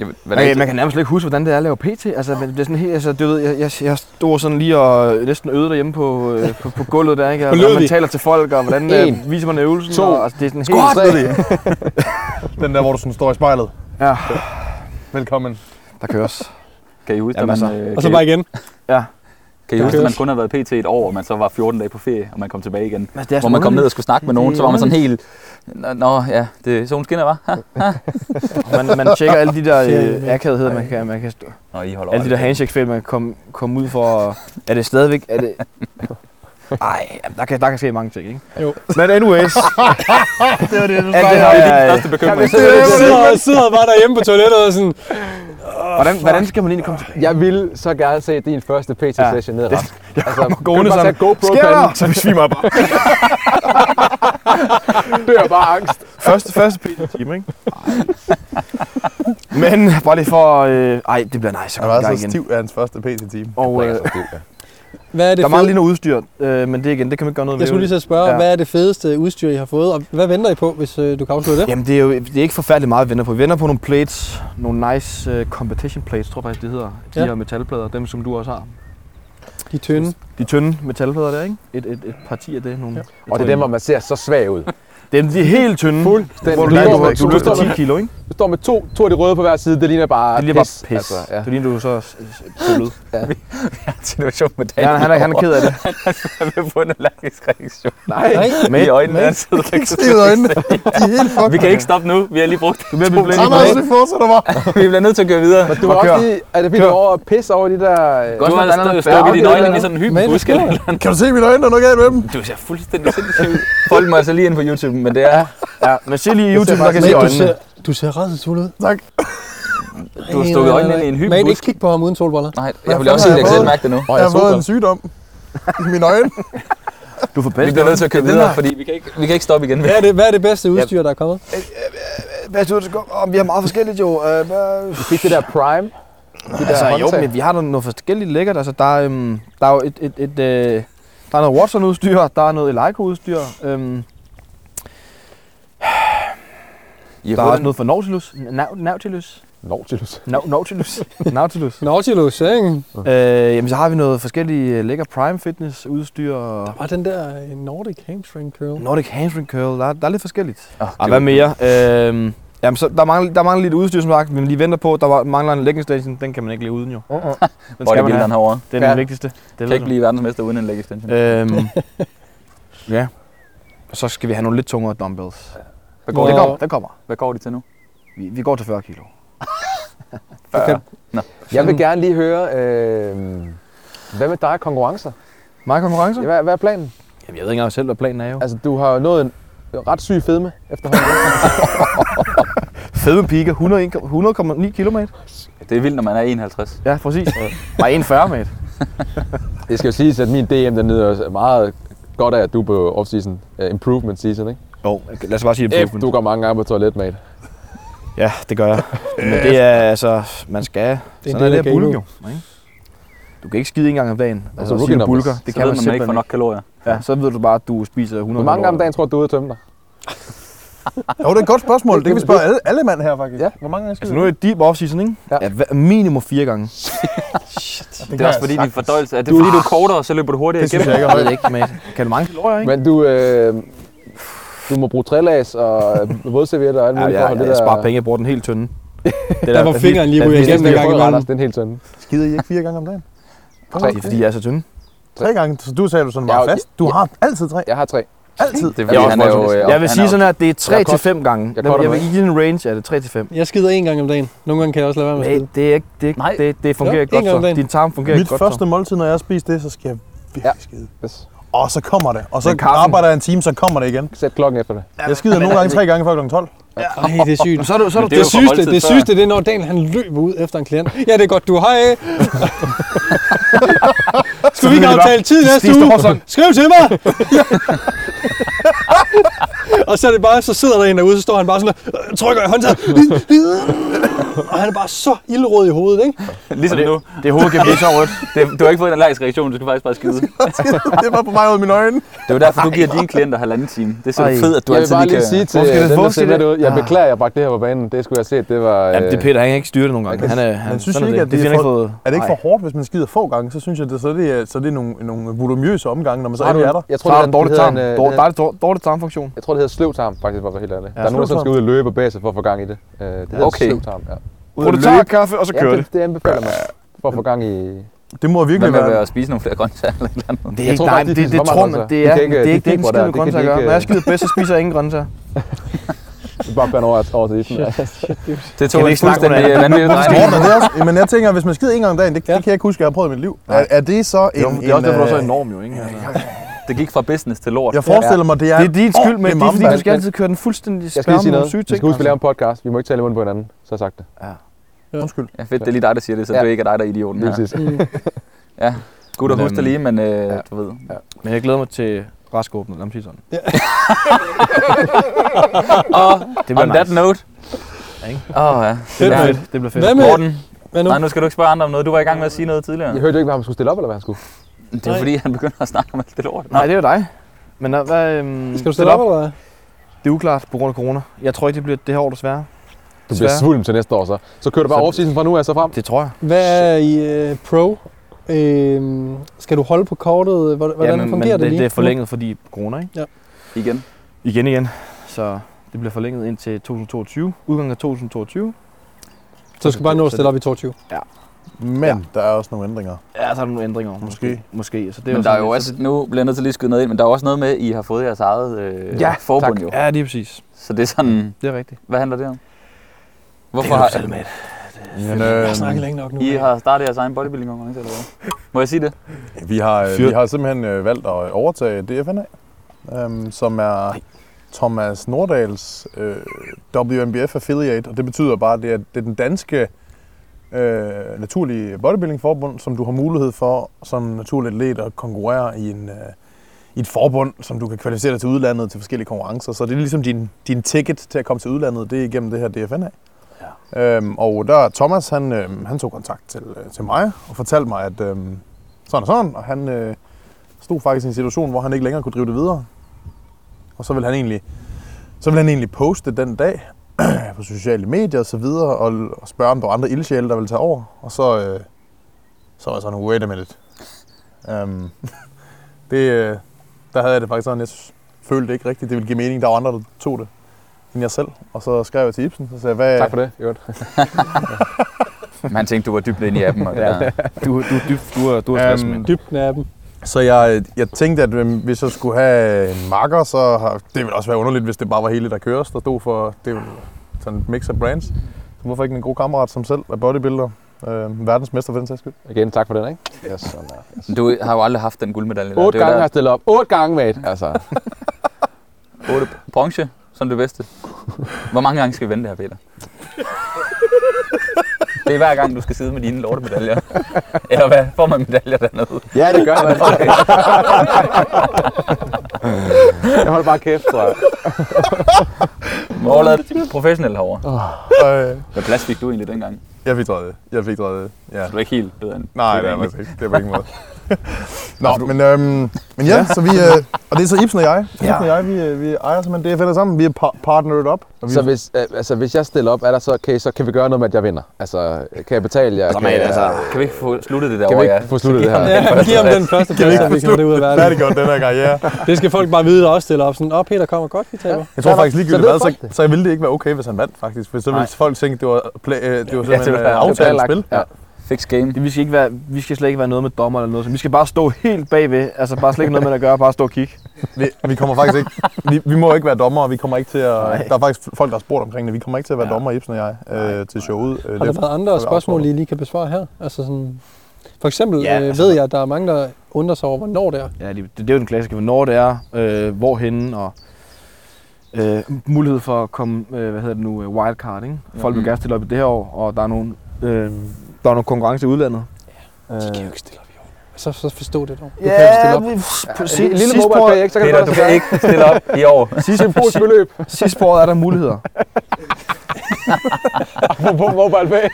[SPEAKER 2] Jamen, hvad
[SPEAKER 5] Man,
[SPEAKER 2] er
[SPEAKER 5] kan- man
[SPEAKER 2] det?
[SPEAKER 5] kan nærmest slet ikke huske, hvordan det er at lave PT. Altså, men det er sådan helt, altså, du ved, jeg, jeg, jeg stod sådan lige og næsten øvede derhjemme på, øh, på, på gulvet der, ikke? Og
[SPEAKER 1] På
[SPEAKER 5] hvordan man
[SPEAKER 1] Ludvig.
[SPEAKER 5] taler til folk, og hvordan
[SPEAKER 1] En,
[SPEAKER 5] øh, viser man øvelsen.
[SPEAKER 3] to,
[SPEAKER 5] og, altså, det er sådan helt
[SPEAKER 3] Squat!
[SPEAKER 4] Den der, hvor du sådan står i spejlet.
[SPEAKER 5] Ja,
[SPEAKER 4] Velkommen.
[SPEAKER 5] der køres.
[SPEAKER 2] Kan I huske, at
[SPEAKER 5] Jamen
[SPEAKER 2] man,
[SPEAKER 5] altså.
[SPEAKER 2] øh,
[SPEAKER 1] Og så
[SPEAKER 2] kan I-
[SPEAKER 1] bare igen.
[SPEAKER 5] Ja.
[SPEAKER 2] kan I huske, at man
[SPEAKER 1] Køres.
[SPEAKER 2] kun har været pt. et år, og man så var 14 dage på ferie, og man kom tilbage igen?
[SPEAKER 5] Altså, det er
[SPEAKER 2] Hvor
[SPEAKER 5] sådan
[SPEAKER 2] man kom ned
[SPEAKER 5] underligt.
[SPEAKER 2] og skulle snakke med nogen, så var man sådan helt... Nå, Nå, ja, det, solen skinner, var.
[SPEAKER 5] Man, man tjekker alle de der øh,
[SPEAKER 1] Ferie.
[SPEAKER 5] akavigheder, man kan, man kan stå.
[SPEAKER 2] Nå, I holder
[SPEAKER 5] Alle de der handshake man kan komme, komme ud for. og- Er det stadigvæk... Er det... Ej, jamen, der kan, der kan ske mange ting, ikke?
[SPEAKER 1] Jo.
[SPEAKER 5] Men anyways,
[SPEAKER 4] Det var det, du
[SPEAKER 5] alt det her... er-
[SPEAKER 2] Første bekymring.
[SPEAKER 5] Jamen,
[SPEAKER 1] Så jeg sidder, sidder bare derhjemme på toilettet og sådan...
[SPEAKER 5] Hvordan, hvordan skal man egentlig komme til?
[SPEAKER 3] Jeg ville så gerne se din første PT-session ned i Rask. Altså, jeg
[SPEAKER 5] gående
[SPEAKER 3] bare tage
[SPEAKER 5] sådan,
[SPEAKER 3] GoPro
[SPEAKER 5] "Sker der?"
[SPEAKER 4] Så besvimer jeg bare.
[SPEAKER 3] dør bare af angst.
[SPEAKER 5] Første, første PT-time, ikke? Men bare lige for... Øh, ej, det bliver nice at
[SPEAKER 4] Han var
[SPEAKER 5] komme i gang
[SPEAKER 4] så
[SPEAKER 5] igen.
[SPEAKER 4] stiv af hans første PT-time.
[SPEAKER 5] Og,
[SPEAKER 3] altså
[SPEAKER 5] øh,
[SPEAKER 1] Hvad er det
[SPEAKER 5] der mangler lige
[SPEAKER 1] fede?
[SPEAKER 5] noget udstyr, øh, men det igen, det kan man ikke gøre noget
[SPEAKER 1] Jeg skulle lige så spørge,
[SPEAKER 5] Ja.
[SPEAKER 1] hvad er det fedeste udstyr, I har fået? Og hvad venter I på, hvis øh, du kan afsløre det?
[SPEAKER 5] Jamen, det er jo det er ikke forfærdeligt meget, vi venter på. Vi venter på nogle plates, nogle nice øh, competition plates, tror jeg faktisk, det hedder. De
[SPEAKER 1] Ja.
[SPEAKER 5] her metalplader, dem som du også har.
[SPEAKER 1] De er tynde.
[SPEAKER 5] De tynde metalplader der, ikke? Et, et, et parti af det. Nogle,
[SPEAKER 1] Ja.
[SPEAKER 3] Og det Mm. er dem, hvor man ser så svag ud.
[SPEAKER 5] dem, de er helt tynde.
[SPEAKER 3] Fuldstændig.
[SPEAKER 5] Hvor du,
[SPEAKER 3] Du
[SPEAKER 5] lige,
[SPEAKER 3] står
[SPEAKER 5] du,
[SPEAKER 3] med-
[SPEAKER 5] du,
[SPEAKER 3] du
[SPEAKER 5] løfter
[SPEAKER 3] står med-
[SPEAKER 5] 10 kilo, ikke?
[SPEAKER 3] Du står med to, to af de røde på hver side. Det ligner bare
[SPEAKER 5] Det er lige
[SPEAKER 3] pis.
[SPEAKER 5] bare pis.
[SPEAKER 3] Altså, ja.
[SPEAKER 5] Det ligner du er så s- s- pullet.
[SPEAKER 2] situation med Dan.
[SPEAKER 5] Han, han, er, han er ked af det.
[SPEAKER 2] Han vil få en allergisk reaktion.
[SPEAKER 3] Nej.
[SPEAKER 1] Nej,
[SPEAKER 2] Men i øjnene, han sidder og
[SPEAKER 4] Stiv øjnene. De er helt fucking.
[SPEAKER 2] Vi kan ikke stoppe nu. Vi har lige brugt
[SPEAKER 5] Du bliver blive
[SPEAKER 4] Nej, nej,
[SPEAKER 5] blind.
[SPEAKER 4] det fortsætter bare.
[SPEAKER 2] Vi bliver nødt til at køre videre.
[SPEAKER 3] Du var også lige, er det fint over at pisse over de der... øh,
[SPEAKER 2] Du har
[SPEAKER 5] sådan, der er
[SPEAKER 2] stå-
[SPEAKER 5] noget
[SPEAKER 2] stukket
[SPEAKER 3] bærge
[SPEAKER 2] dine øjne
[SPEAKER 3] eller
[SPEAKER 2] ind i sådan en hyppig
[SPEAKER 1] Men
[SPEAKER 2] busk.
[SPEAKER 1] det sker.
[SPEAKER 2] eller et eller andet.
[SPEAKER 4] Kan du se mine øjne? Der er noget galt med dem.
[SPEAKER 2] Du ser fuldstændig sindssyg. ud. Folk må altså lige ind på YouTube, men det er...
[SPEAKER 5] Ja, men se lige i YouTube, der kan
[SPEAKER 1] Mate,
[SPEAKER 5] se
[SPEAKER 1] du
[SPEAKER 5] øjnene.
[SPEAKER 1] ser, du ser rædselsfuld ud.
[SPEAKER 4] Tak.
[SPEAKER 2] Du har stukket øjnene ind i en hyppig
[SPEAKER 1] Mate,
[SPEAKER 2] busk.
[SPEAKER 1] ikke kig på ham uden solbriller.
[SPEAKER 2] Nej, jeg
[SPEAKER 4] Hvad
[SPEAKER 2] vil også
[SPEAKER 4] fanden
[SPEAKER 2] sige, at jeg
[SPEAKER 4] har
[SPEAKER 2] kan
[SPEAKER 4] jeg
[SPEAKER 2] selv mærke det nu.
[SPEAKER 4] Jeg, har fået en sygdom. I mine øjne.
[SPEAKER 5] Du får
[SPEAKER 2] Vi
[SPEAKER 5] bedst.
[SPEAKER 2] bliver nødt til at køre videre, fordi vi kan ikke, vi kan ikke stoppe igen.
[SPEAKER 1] Hvad er det, hvad er det bedste udstyr, der er kommet?
[SPEAKER 5] Bedst ud, om vi har meget forskelligt jo. Øh, hvad-
[SPEAKER 3] Du fik det der prime. De der
[SPEAKER 5] altså, jo,
[SPEAKER 3] håndtag.
[SPEAKER 5] men vi har da noget forskelligt lækkert. Altså, der, er, øhm, der er jo et, et, et øh, der er noget Watson-udstyr, der er noget Eleiko-udstyr. Øhm,
[SPEAKER 2] I
[SPEAKER 5] der er også noget for Nautilus. Nau- Nautilus?
[SPEAKER 3] Nautilus.
[SPEAKER 5] Nau- Nautilus? Nautilus.
[SPEAKER 1] Nautilus, ikke?
[SPEAKER 5] øh, jamen, så har vi noget forskellige øh, lækker Prime Fitness-udstyr. og
[SPEAKER 1] Og den der øh, Nordic hamstring curl.
[SPEAKER 5] Nordic Hamstring Curl. Der, er- der er lidt forskelligt.
[SPEAKER 2] Oh,
[SPEAKER 5] Ej, Ah, hvad mere? Øhm, jamen, så der, mangler, der mangler lidt udstyr, som sagt, men lige venter på. Der var, mangler en legging station. Den kan man ikke leve uden, jo. Den skal man have.
[SPEAKER 2] Bodybuilderen herovre.
[SPEAKER 5] Det er den
[SPEAKER 3] Uh-uh. Ja.
[SPEAKER 5] vigtigste. Det
[SPEAKER 2] Kan ikke blive verdensmester uden en leg extension.
[SPEAKER 5] Øhm, ja. Og så skal vi have nogle lidt tungere dumbbells.
[SPEAKER 2] Hvad
[SPEAKER 1] går
[SPEAKER 2] går,
[SPEAKER 1] det-
[SPEAKER 2] det,
[SPEAKER 5] Det kommer. Det kommer.
[SPEAKER 2] hvad går det til nu?
[SPEAKER 5] Vi, vi går til 40 kilo.
[SPEAKER 3] Jeg vil gerne lige høre, øh, hvad med dig konkurrencer?
[SPEAKER 5] Meget konkurrence?
[SPEAKER 3] Ja, Hvad, hvad er planen?
[SPEAKER 5] Jamen, jeg ved ikke engang selv, hvad planen er jo.
[SPEAKER 3] Altså, du har jo nået en ret syg fedme efterhånden.
[SPEAKER 5] Fedme piker 101 100,9 km.
[SPEAKER 2] Det er vildt, når man er 51.
[SPEAKER 5] Ja, præcis. Bare 1,40 meter.
[SPEAKER 3] det skal jo siges, at min DM den nyder meget godt af, at du er på off-season. Uh, improvement season, ikke?
[SPEAKER 5] Jo, lad os bare sige
[SPEAKER 3] F, du går mange gange på toilet, mate.
[SPEAKER 5] Ja, det gør jeg. Men det er altså, man skal...
[SPEAKER 1] Det er en
[SPEAKER 5] Sådan er
[SPEAKER 1] del af
[SPEAKER 5] det her bulk
[SPEAKER 1] gamet.
[SPEAKER 5] jo. ikke? Du kan ikke skide en gang om dagen. Altså,
[SPEAKER 3] så
[SPEAKER 5] altså
[SPEAKER 3] rookie
[SPEAKER 5] sige
[SPEAKER 3] numbers.
[SPEAKER 5] bulker, det
[SPEAKER 2] Det så
[SPEAKER 5] kan
[SPEAKER 2] kan ved
[SPEAKER 5] man,
[SPEAKER 2] man, man ikke
[SPEAKER 5] simpelthen
[SPEAKER 2] får
[SPEAKER 5] ikke.
[SPEAKER 2] nok kalorier.
[SPEAKER 5] Ja, så ved du bare, at du spiser 100
[SPEAKER 3] Hvor mange gange om
[SPEAKER 5] kalorier.
[SPEAKER 3] dagen tror du, du er ude at tømme dig?
[SPEAKER 4] Jo, det er et godt spørgsmål. Det kan vi spørge alle, alle mand her, faktisk.
[SPEAKER 3] Ja.
[SPEAKER 4] Hvor mange gange skal
[SPEAKER 5] Altså nu er det deep off-season, ikke?
[SPEAKER 3] Ja.
[SPEAKER 5] ja hva- minimum fire gange.
[SPEAKER 2] Det er også fordi, din fordøjelse... Er det fordi, du er kortere, så løber du hurtigere
[SPEAKER 4] Det synes
[SPEAKER 2] igennem?
[SPEAKER 4] jeg ikke er
[SPEAKER 5] Jeg ved
[SPEAKER 4] højt.
[SPEAKER 5] det ikke, mate. Kan du mange kalorier, ikke?
[SPEAKER 3] Men du, øh, du må bruge trælæs og øh, vådservietter og alt
[SPEAKER 5] Ja,
[SPEAKER 3] muligt.
[SPEAKER 5] jeg,
[SPEAKER 3] for at holde
[SPEAKER 5] jeg,
[SPEAKER 3] det
[SPEAKER 5] jeg
[SPEAKER 3] der-
[SPEAKER 5] sparer penge, jeg bruger den helt tynde. Det
[SPEAKER 1] Der var fingeren lige
[SPEAKER 5] det-
[SPEAKER 1] ryger
[SPEAKER 5] det-
[SPEAKER 1] igennem en gang
[SPEAKER 3] Det er
[SPEAKER 1] imellem.
[SPEAKER 3] Anders, den helt tynde.
[SPEAKER 4] Skider I ikke fire gange om dagen?
[SPEAKER 3] Tre.
[SPEAKER 5] Det er fordi, jeg er så tynd.
[SPEAKER 4] Tre gange, så du sagde du sådan meget
[SPEAKER 3] Ja,
[SPEAKER 4] fast. Du har altid tre.
[SPEAKER 3] Jeg har tre.
[SPEAKER 4] Altid.
[SPEAKER 2] Det er
[SPEAKER 3] Jeg
[SPEAKER 2] fordi,
[SPEAKER 3] er
[SPEAKER 2] han er
[SPEAKER 3] også
[SPEAKER 2] jo...
[SPEAKER 3] voldsom.
[SPEAKER 2] øh,
[SPEAKER 5] Jeg vil
[SPEAKER 2] han
[SPEAKER 5] sige
[SPEAKER 2] er
[SPEAKER 5] sådan her, det er
[SPEAKER 3] Jeg
[SPEAKER 5] 3
[SPEAKER 3] er
[SPEAKER 5] til 5 gange.
[SPEAKER 3] Jeg er kort
[SPEAKER 5] Jeg vil
[SPEAKER 3] om
[SPEAKER 5] give en range, er det 3 til 5.
[SPEAKER 1] Jeg skider en gang om dagen. Nogle gange kan jeg også lade være med at skide.
[SPEAKER 5] Det, det, er ikke, det, er ikke-
[SPEAKER 2] Nej.
[SPEAKER 5] det, det fungerer
[SPEAKER 1] Jo,
[SPEAKER 5] ikke godt
[SPEAKER 1] en gang om
[SPEAKER 5] så.
[SPEAKER 1] dagen.
[SPEAKER 5] Din tarm fungerer
[SPEAKER 4] Mit
[SPEAKER 5] ikke godt
[SPEAKER 4] første måltid, når jeg spiser det, så skal jeg virkelig skide.
[SPEAKER 3] Yes.
[SPEAKER 4] og så kommer det. Og så
[SPEAKER 5] Men kaffen-
[SPEAKER 4] arbejder jeg en time, så kommer det igen.
[SPEAKER 3] Sæt klokken efter det.
[SPEAKER 4] Jeg skider nogle gange tre gange før kl. 12.
[SPEAKER 1] Nej, det er sygt.
[SPEAKER 5] Så er du, så er du
[SPEAKER 2] Men det er
[SPEAKER 1] Det
[SPEAKER 2] jo fra
[SPEAKER 1] sygeste,
[SPEAKER 2] oldtid
[SPEAKER 1] det
[SPEAKER 2] før.
[SPEAKER 1] sygeste, det er, når Daniel han løber ud efter en klient. Ja, det er godt, du har af. Skal vi ikke aftale tid næste uge? Skriv til mig! og så er det bare, så sidder der en derude, så står han bare sådan og øh, trykker i håndtaget. og han er bare så ildrød i hovedet, ikke?
[SPEAKER 2] Ligesom det, nu. Det hoved kan blive så rødt. Det, du har ikke fået en allergisk reaktion, du skal faktisk bare skide.
[SPEAKER 4] det var på mig ud af mine øjne.
[SPEAKER 2] Det er jo derfor, du giver dine klienter halvanden time. Det er så
[SPEAKER 5] Ej.
[SPEAKER 2] fedt, at du
[SPEAKER 3] jeg vil
[SPEAKER 2] altid
[SPEAKER 3] bare
[SPEAKER 2] lige
[SPEAKER 3] lige
[SPEAKER 2] kan...
[SPEAKER 3] sige til
[SPEAKER 5] Hvorfor skal
[SPEAKER 3] dem,
[SPEAKER 5] det-
[SPEAKER 3] der
[SPEAKER 5] hvorfor
[SPEAKER 3] ser
[SPEAKER 5] skal
[SPEAKER 3] med
[SPEAKER 5] det-
[SPEAKER 3] ud, jeg
[SPEAKER 5] Ah.
[SPEAKER 3] beklager, jeg bragte det her på banen. Det skulle jeg have set, det var...
[SPEAKER 5] Jamen, det er
[SPEAKER 3] øh,
[SPEAKER 5] Peter, han kan ikke styre det nogle gange. Han er, han,
[SPEAKER 4] Men synes
[SPEAKER 5] sådan
[SPEAKER 4] I
[SPEAKER 5] er
[SPEAKER 4] ikke,
[SPEAKER 5] det.
[SPEAKER 4] at det,
[SPEAKER 5] Det
[SPEAKER 4] er,
[SPEAKER 5] har han
[SPEAKER 4] for,
[SPEAKER 5] ikke fået-
[SPEAKER 4] er det ikke
[SPEAKER 5] Nej.
[SPEAKER 4] for hårdt, hvis man skider få gange? Så synes jeg, det, så er det, så er det nogle, nogle volumøse omgange, når man så
[SPEAKER 3] har du
[SPEAKER 4] endelig
[SPEAKER 3] en-
[SPEAKER 4] er der.
[SPEAKER 3] Jeg
[SPEAKER 5] Så
[SPEAKER 3] tror, det hedder
[SPEAKER 5] har du
[SPEAKER 3] en-
[SPEAKER 5] dårlig
[SPEAKER 3] det hedder
[SPEAKER 5] tarm.
[SPEAKER 3] en, øh,
[SPEAKER 5] Dårlig,
[SPEAKER 3] det-
[SPEAKER 5] dårlig, dårlig, dårlig tarmfunktion.
[SPEAKER 3] Jeg tror, det hedder sløvtarm, faktisk, for at være helt ærlig. der er nogen, som
[SPEAKER 4] sløvtarm.
[SPEAKER 3] skal ud og løbe og bage sig for at få gang i det. Øh, det hedder
[SPEAKER 2] Okay.
[SPEAKER 3] sløvtarm, ja.
[SPEAKER 5] Prøv at tage kaffe, og så
[SPEAKER 3] ja
[SPEAKER 5] kører det.
[SPEAKER 3] det, det anbefaler man. For at få gang i...
[SPEAKER 4] Det må
[SPEAKER 2] Hvad
[SPEAKER 4] virkelig
[SPEAKER 2] med at være
[SPEAKER 4] være...
[SPEAKER 2] at spise nogle flere grøntsager eller et eller andet?
[SPEAKER 5] Det er
[SPEAKER 3] Jeg
[SPEAKER 5] ikke,
[SPEAKER 3] tror
[SPEAKER 5] nej,
[SPEAKER 3] faktisk,
[SPEAKER 5] det,
[SPEAKER 3] de
[SPEAKER 5] det,
[SPEAKER 3] spiser
[SPEAKER 5] det
[SPEAKER 3] for
[SPEAKER 5] tror
[SPEAKER 3] mange
[SPEAKER 5] man,
[SPEAKER 3] grøntsager.
[SPEAKER 5] det er,
[SPEAKER 3] De kan
[SPEAKER 5] det
[SPEAKER 3] ikke-
[SPEAKER 5] er
[SPEAKER 3] de
[SPEAKER 5] ikke, det er ikke
[SPEAKER 3] fibre
[SPEAKER 5] en
[SPEAKER 3] der,
[SPEAKER 5] skid med
[SPEAKER 3] det kan de
[SPEAKER 5] grøntsager at gøre.
[SPEAKER 3] ikke,
[SPEAKER 5] Når jeg skider bedst, så spiser jeg ingen grøntsager.
[SPEAKER 3] Det er bare børn over, over til isen.
[SPEAKER 2] Det
[SPEAKER 5] Kan
[SPEAKER 2] tog
[SPEAKER 5] vi
[SPEAKER 2] en
[SPEAKER 5] ikke snakke om
[SPEAKER 2] fuldstændig øh,
[SPEAKER 5] det?
[SPEAKER 2] vanvittig drejning.
[SPEAKER 4] Hårdt er det også. Men jeg tænker, hvis man skider en gang om dagen, det, det kan jeg ikke huske, at jeg har prøvet i mit liv. Er, er det så en... en, øh,
[SPEAKER 5] enorm, jo, ikke?
[SPEAKER 2] Det gik fra business til lort.
[SPEAKER 4] Jeg forestiller mig, det er...
[SPEAKER 5] Det er din skyld,
[SPEAKER 4] ordentlig
[SPEAKER 5] men det er fordi,
[SPEAKER 4] mamba.
[SPEAKER 5] du skal altid køre den fuldstændig
[SPEAKER 3] Jeg skal lige
[SPEAKER 5] spærre med
[SPEAKER 3] sige
[SPEAKER 5] nogle
[SPEAKER 3] noget.
[SPEAKER 5] syge
[SPEAKER 3] Vi
[SPEAKER 5] ting.
[SPEAKER 3] skal huske, vi laver en podcast. Vi må ikke tale i munden på hinanden. Så har jeg sagt det.
[SPEAKER 4] Undskyld.
[SPEAKER 2] Ja, fedt, det er lige dig, der siger det, så
[SPEAKER 3] Ja.
[SPEAKER 2] det er ikke dig, der er idioten
[SPEAKER 3] Lige
[SPEAKER 2] her.
[SPEAKER 3] præcis.
[SPEAKER 2] Gud, der husker
[SPEAKER 5] Men,
[SPEAKER 2] lige, men øh, du ved.
[SPEAKER 5] altså. Men jeg glæder mig til raskåbnet, lad mig sige sådan.
[SPEAKER 2] Og
[SPEAKER 5] Det
[SPEAKER 2] on that note.
[SPEAKER 5] Ja, ikke?
[SPEAKER 2] Åh, ja.
[SPEAKER 5] Det bliver
[SPEAKER 2] Ja.
[SPEAKER 5] fedt. Det bliver fedt.
[SPEAKER 1] Hvad med,
[SPEAKER 2] Morten,
[SPEAKER 1] hvad nu?
[SPEAKER 2] nej, nu skal du ikke spørge andre om noget. Du var i gang med at sige noget tidligere.
[SPEAKER 3] Jeg hørte jo ikke, hvad han skulle stille op, eller hvad han skulle.
[SPEAKER 2] Det er
[SPEAKER 1] Nej.
[SPEAKER 2] fordi, han begynder at snakke om alt det lort. Nå,
[SPEAKER 5] Nej, det er jo dig. Men øh, hvad, øhm,
[SPEAKER 1] Skal du stille op, Mm. eller hvad?
[SPEAKER 5] Det er uklart på grund af corona. Jeg tror ikke, det bliver det her år, desværre.
[SPEAKER 3] Du bliver
[SPEAKER 5] Desværre.
[SPEAKER 3] svulm til næste år, så. Så kører du bare
[SPEAKER 5] Så-
[SPEAKER 3] off-season fra nu af så frem.
[SPEAKER 5] Det tror jeg.
[SPEAKER 1] Hvad er i øh, pro? Øh, skal du holde på kortet? Hvor- Hvordan
[SPEAKER 5] men,
[SPEAKER 1] fungerer
[SPEAKER 5] men
[SPEAKER 1] det lige?
[SPEAKER 5] det er forlænget, fordi corona, ikke?
[SPEAKER 2] igen.
[SPEAKER 5] Igen igen. Så det bliver forlænget indtil 2022. Udgangen af 2022.
[SPEAKER 1] Så du skal bare nå at stille op i 22.
[SPEAKER 4] Men der er også nogle ændringer.
[SPEAKER 5] Ja, så er der nogle ændringer. Måske.
[SPEAKER 4] Måske.
[SPEAKER 5] Måske. Så det
[SPEAKER 2] Men der
[SPEAKER 5] sådan
[SPEAKER 2] er jo
[SPEAKER 5] lidt-
[SPEAKER 2] også, nu bliver jeg nødt til lige at skyde noget ind, men der er også noget med, at I har fået jeres eget øh,
[SPEAKER 5] Ja,
[SPEAKER 2] forbund jo.
[SPEAKER 5] Ja, det er præcis.
[SPEAKER 2] Så det er sådan,
[SPEAKER 5] Det er rigtigt.
[SPEAKER 2] hvad handler det om?
[SPEAKER 5] Det
[SPEAKER 2] Hvorfor
[SPEAKER 5] er
[SPEAKER 2] har,
[SPEAKER 5] selv med.
[SPEAKER 4] Men,
[SPEAKER 1] Jeg har
[SPEAKER 4] øh,
[SPEAKER 1] snakket længe nok nu.
[SPEAKER 2] I har startet jeres egen bodybuilding konkurrence eller hvad? Må jeg sige det?
[SPEAKER 4] Vi har, øh,
[SPEAKER 5] Fyr.
[SPEAKER 4] vi har simpelthen øh, valgt at overtage DFNA, øhm, som er Thomas Nordals øh, WMBF affiliate, og det betyder bare, at det er, det er den danske øh, naturlige bodybuilding-forbund, som du har mulighed for som naturlig atlet at konkurrere i, en, øh, i et forbund, som du kan kvalificere dig til udlandet til forskellige konkurrencer. Så det er ligesom din, din ticket til at komme til udlandet, det er igennem det her DFNA. Ja. Øhm, og der Thomas, han, øh, han tog kontakt til, øh, til mig og fortalte mig, at øh, sådan og sådan, og han øh, stod faktisk i en situation, hvor han ikke længere kunne drive det videre. Og så ville han egentlig, så ville han egentlig poste den dag på sociale medier og så videre, og, og spørge, om der var andre ildsjæle, der ville tage over. Og så, øh, så var jeg sådan, wait a minute. Um, det, øh, der havde jeg det faktisk sådan, jeg s- følte ikke rigtigt, det ville give mening, der var andre, der tog det end jeg selv. Og så skrev jeg til Ibsen, så sagde jeg, hvad,
[SPEAKER 3] Tak for det, i øvrigt.
[SPEAKER 2] Men han tænkte, du var dybt inde i appen. Og det der.
[SPEAKER 5] Du, du, du, du, er, du er stress
[SPEAKER 4] Øhm,
[SPEAKER 5] med.
[SPEAKER 1] Dybden af dem.
[SPEAKER 4] Så jeg, jeg tænkte, at øhm, hvis jeg skulle have en makker, så har, det ville også være underligt, hvis det bare var hele, der køres, der stod for det er jo sådan et mix af brands. Så hvorfor ikke en god kammerat som selv er bodybuilder? Øh, verdensmester for den sags skyld.
[SPEAKER 3] Igen, tak for den, ikke? Yes, sådan der.
[SPEAKER 2] Du har jo aldrig haft den guldmedalje. der.
[SPEAKER 3] Otte
[SPEAKER 2] Det er jo
[SPEAKER 3] gange har jeg stillet op. Otte gange, mate. Altså,
[SPEAKER 2] Der, otte bronze som det bedste. Hvor mange gange skal vi vende det her, Peter? Det er hver gang, du skal sidde med dine lortemedaljer. Eller hvad? Får man medaljer dernede?
[SPEAKER 3] ja, det gør man. jeg holder bare kæft, tror jeg.
[SPEAKER 2] Hvor er det professionelt herovre?
[SPEAKER 4] Øh,
[SPEAKER 2] Hvad plads fik du egentlig dengang?
[SPEAKER 4] jeg fik drejet det. Jeg fik drejet det. Ja.
[SPEAKER 2] Så du er ikke helt bedre end
[SPEAKER 4] Nej,
[SPEAKER 2] det
[SPEAKER 4] det
[SPEAKER 2] er
[SPEAKER 4] er
[SPEAKER 2] egentlig.
[SPEAKER 4] faktisk ikke. Det er på ingen måde. Nå, men, øhm, men ja, så vi, øh, og det er så Ibsen og jeg. Ibsen og jeg, vi, øh, vi ejer simpelthen DFL sammen. Vi er par- partneret op. Og vi
[SPEAKER 3] Så hvis, øh, altså, hvis jeg stiller op, er der så, okay, så kan vi gøre noget med, at jeg vinder. Altså, kan jeg betale jer? kan, jeg-
[SPEAKER 2] altså. Kan vi ikke få sluttet det
[SPEAKER 3] altså, kan vi
[SPEAKER 2] derovre,
[SPEAKER 3] ikke få sluttet det her?
[SPEAKER 1] Ja, giv ham den første plads, så vi kan få det ud af verden.
[SPEAKER 4] færdiggjort den her karriere.
[SPEAKER 1] Det skal folk bare vide, der også stiller op sådan, åh, oh, Peter kommer godt, vi taber.
[SPEAKER 4] Jeg tror
[SPEAKER 3] Ja,
[SPEAKER 4] faktisk
[SPEAKER 3] så
[SPEAKER 4] ligegyldigt
[SPEAKER 3] ved
[SPEAKER 4] hvad,
[SPEAKER 3] folk
[SPEAKER 4] så, så ville det ikke være okay, hvis han vandt faktisk. For så ville
[SPEAKER 2] Nej.
[SPEAKER 4] folk tænke, det var, pla- øh, det var
[SPEAKER 2] det
[SPEAKER 4] simpelthen
[SPEAKER 2] ville
[SPEAKER 4] ja,
[SPEAKER 2] være
[SPEAKER 4] aftalt
[SPEAKER 3] planlagt.
[SPEAKER 4] spil.
[SPEAKER 3] Ja.
[SPEAKER 2] Fix game.
[SPEAKER 5] Det, vi, skal ikke være, vi skal slet ikke være noget med dommer eller noget. Så vi skal bare stå helt bagved. Altså bare slet ikke noget med at gøre. Bare stå og kigge.
[SPEAKER 4] Vi, vi kommer faktisk ikke, vi, vi må ikke være dommer, og vi kommer ikke til at,
[SPEAKER 5] Nej.
[SPEAKER 4] der er faktisk folk, der har spurgt omkring det, vi kommer ikke til at være
[SPEAKER 5] Ja.
[SPEAKER 4] ja. dommer, Ibsen og jeg, øh, til showet. Øh,
[SPEAKER 1] Har der
[SPEAKER 4] det-
[SPEAKER 1] været
[SPEAKER 4] så er
[SPEAKER 1] andre
[SPEAKER 4] vi
[SPEAKER 1] spørgsmål,
[SPEAKER 4] afsluttet.
[SPEAKER 1] I lige kan besvare her? Altså sådan, For eksempel
[SPEAKER 5] Ja,
[SPEAKER 1] ja, øh,
[SPEAKER 5] altså-
[SPEAKER 1] ved jeg, at der er mange, der undrer sig over, hvornår det er.
[SPEAKER 5] Ja, det, det, det er jo den klassiske, hvornår det er, øh, hvorhenne, og øh, mulighed for at komme, øh, hvad hedder det nu, øh, wildcard, ikke? Folk vil
[SPEAKER 2] Mhm.
[SPEAKER 5] gerne stille op i det her år, og der er nogle, øh, der er nogle konkurrence i udlandet. Ja,
[SPEAKER 1] De kan jo ikke stille op i år. Så, så forstå det dog. Du kan jo stille
[SPEAKER 5] Ja,
[SPEAKER 1] op.
[SPEAKER 5] vi, på,
[SPEAKER 3] Si-
[SPEAKER 5] sidst,
[SPEAKER 3] lille
[SPEAKER 5] sidst, på,
[SPEAKER 3] mobile pay, ikke? Så kan
[SPEAKER 2] Peter,
[SPEAKER 3] du
[SPEAKER 2] du
[SPEAKER 3] gøre
[SPEAKER 2] kan ikke stille op i år.
[SPEAKER 5] sidst,
[SPEAKER 3] det. Polsk beløb.
[SPEAKER 5] sidst på året er der muligheder.
[SPEAKER 3] På mobile pay.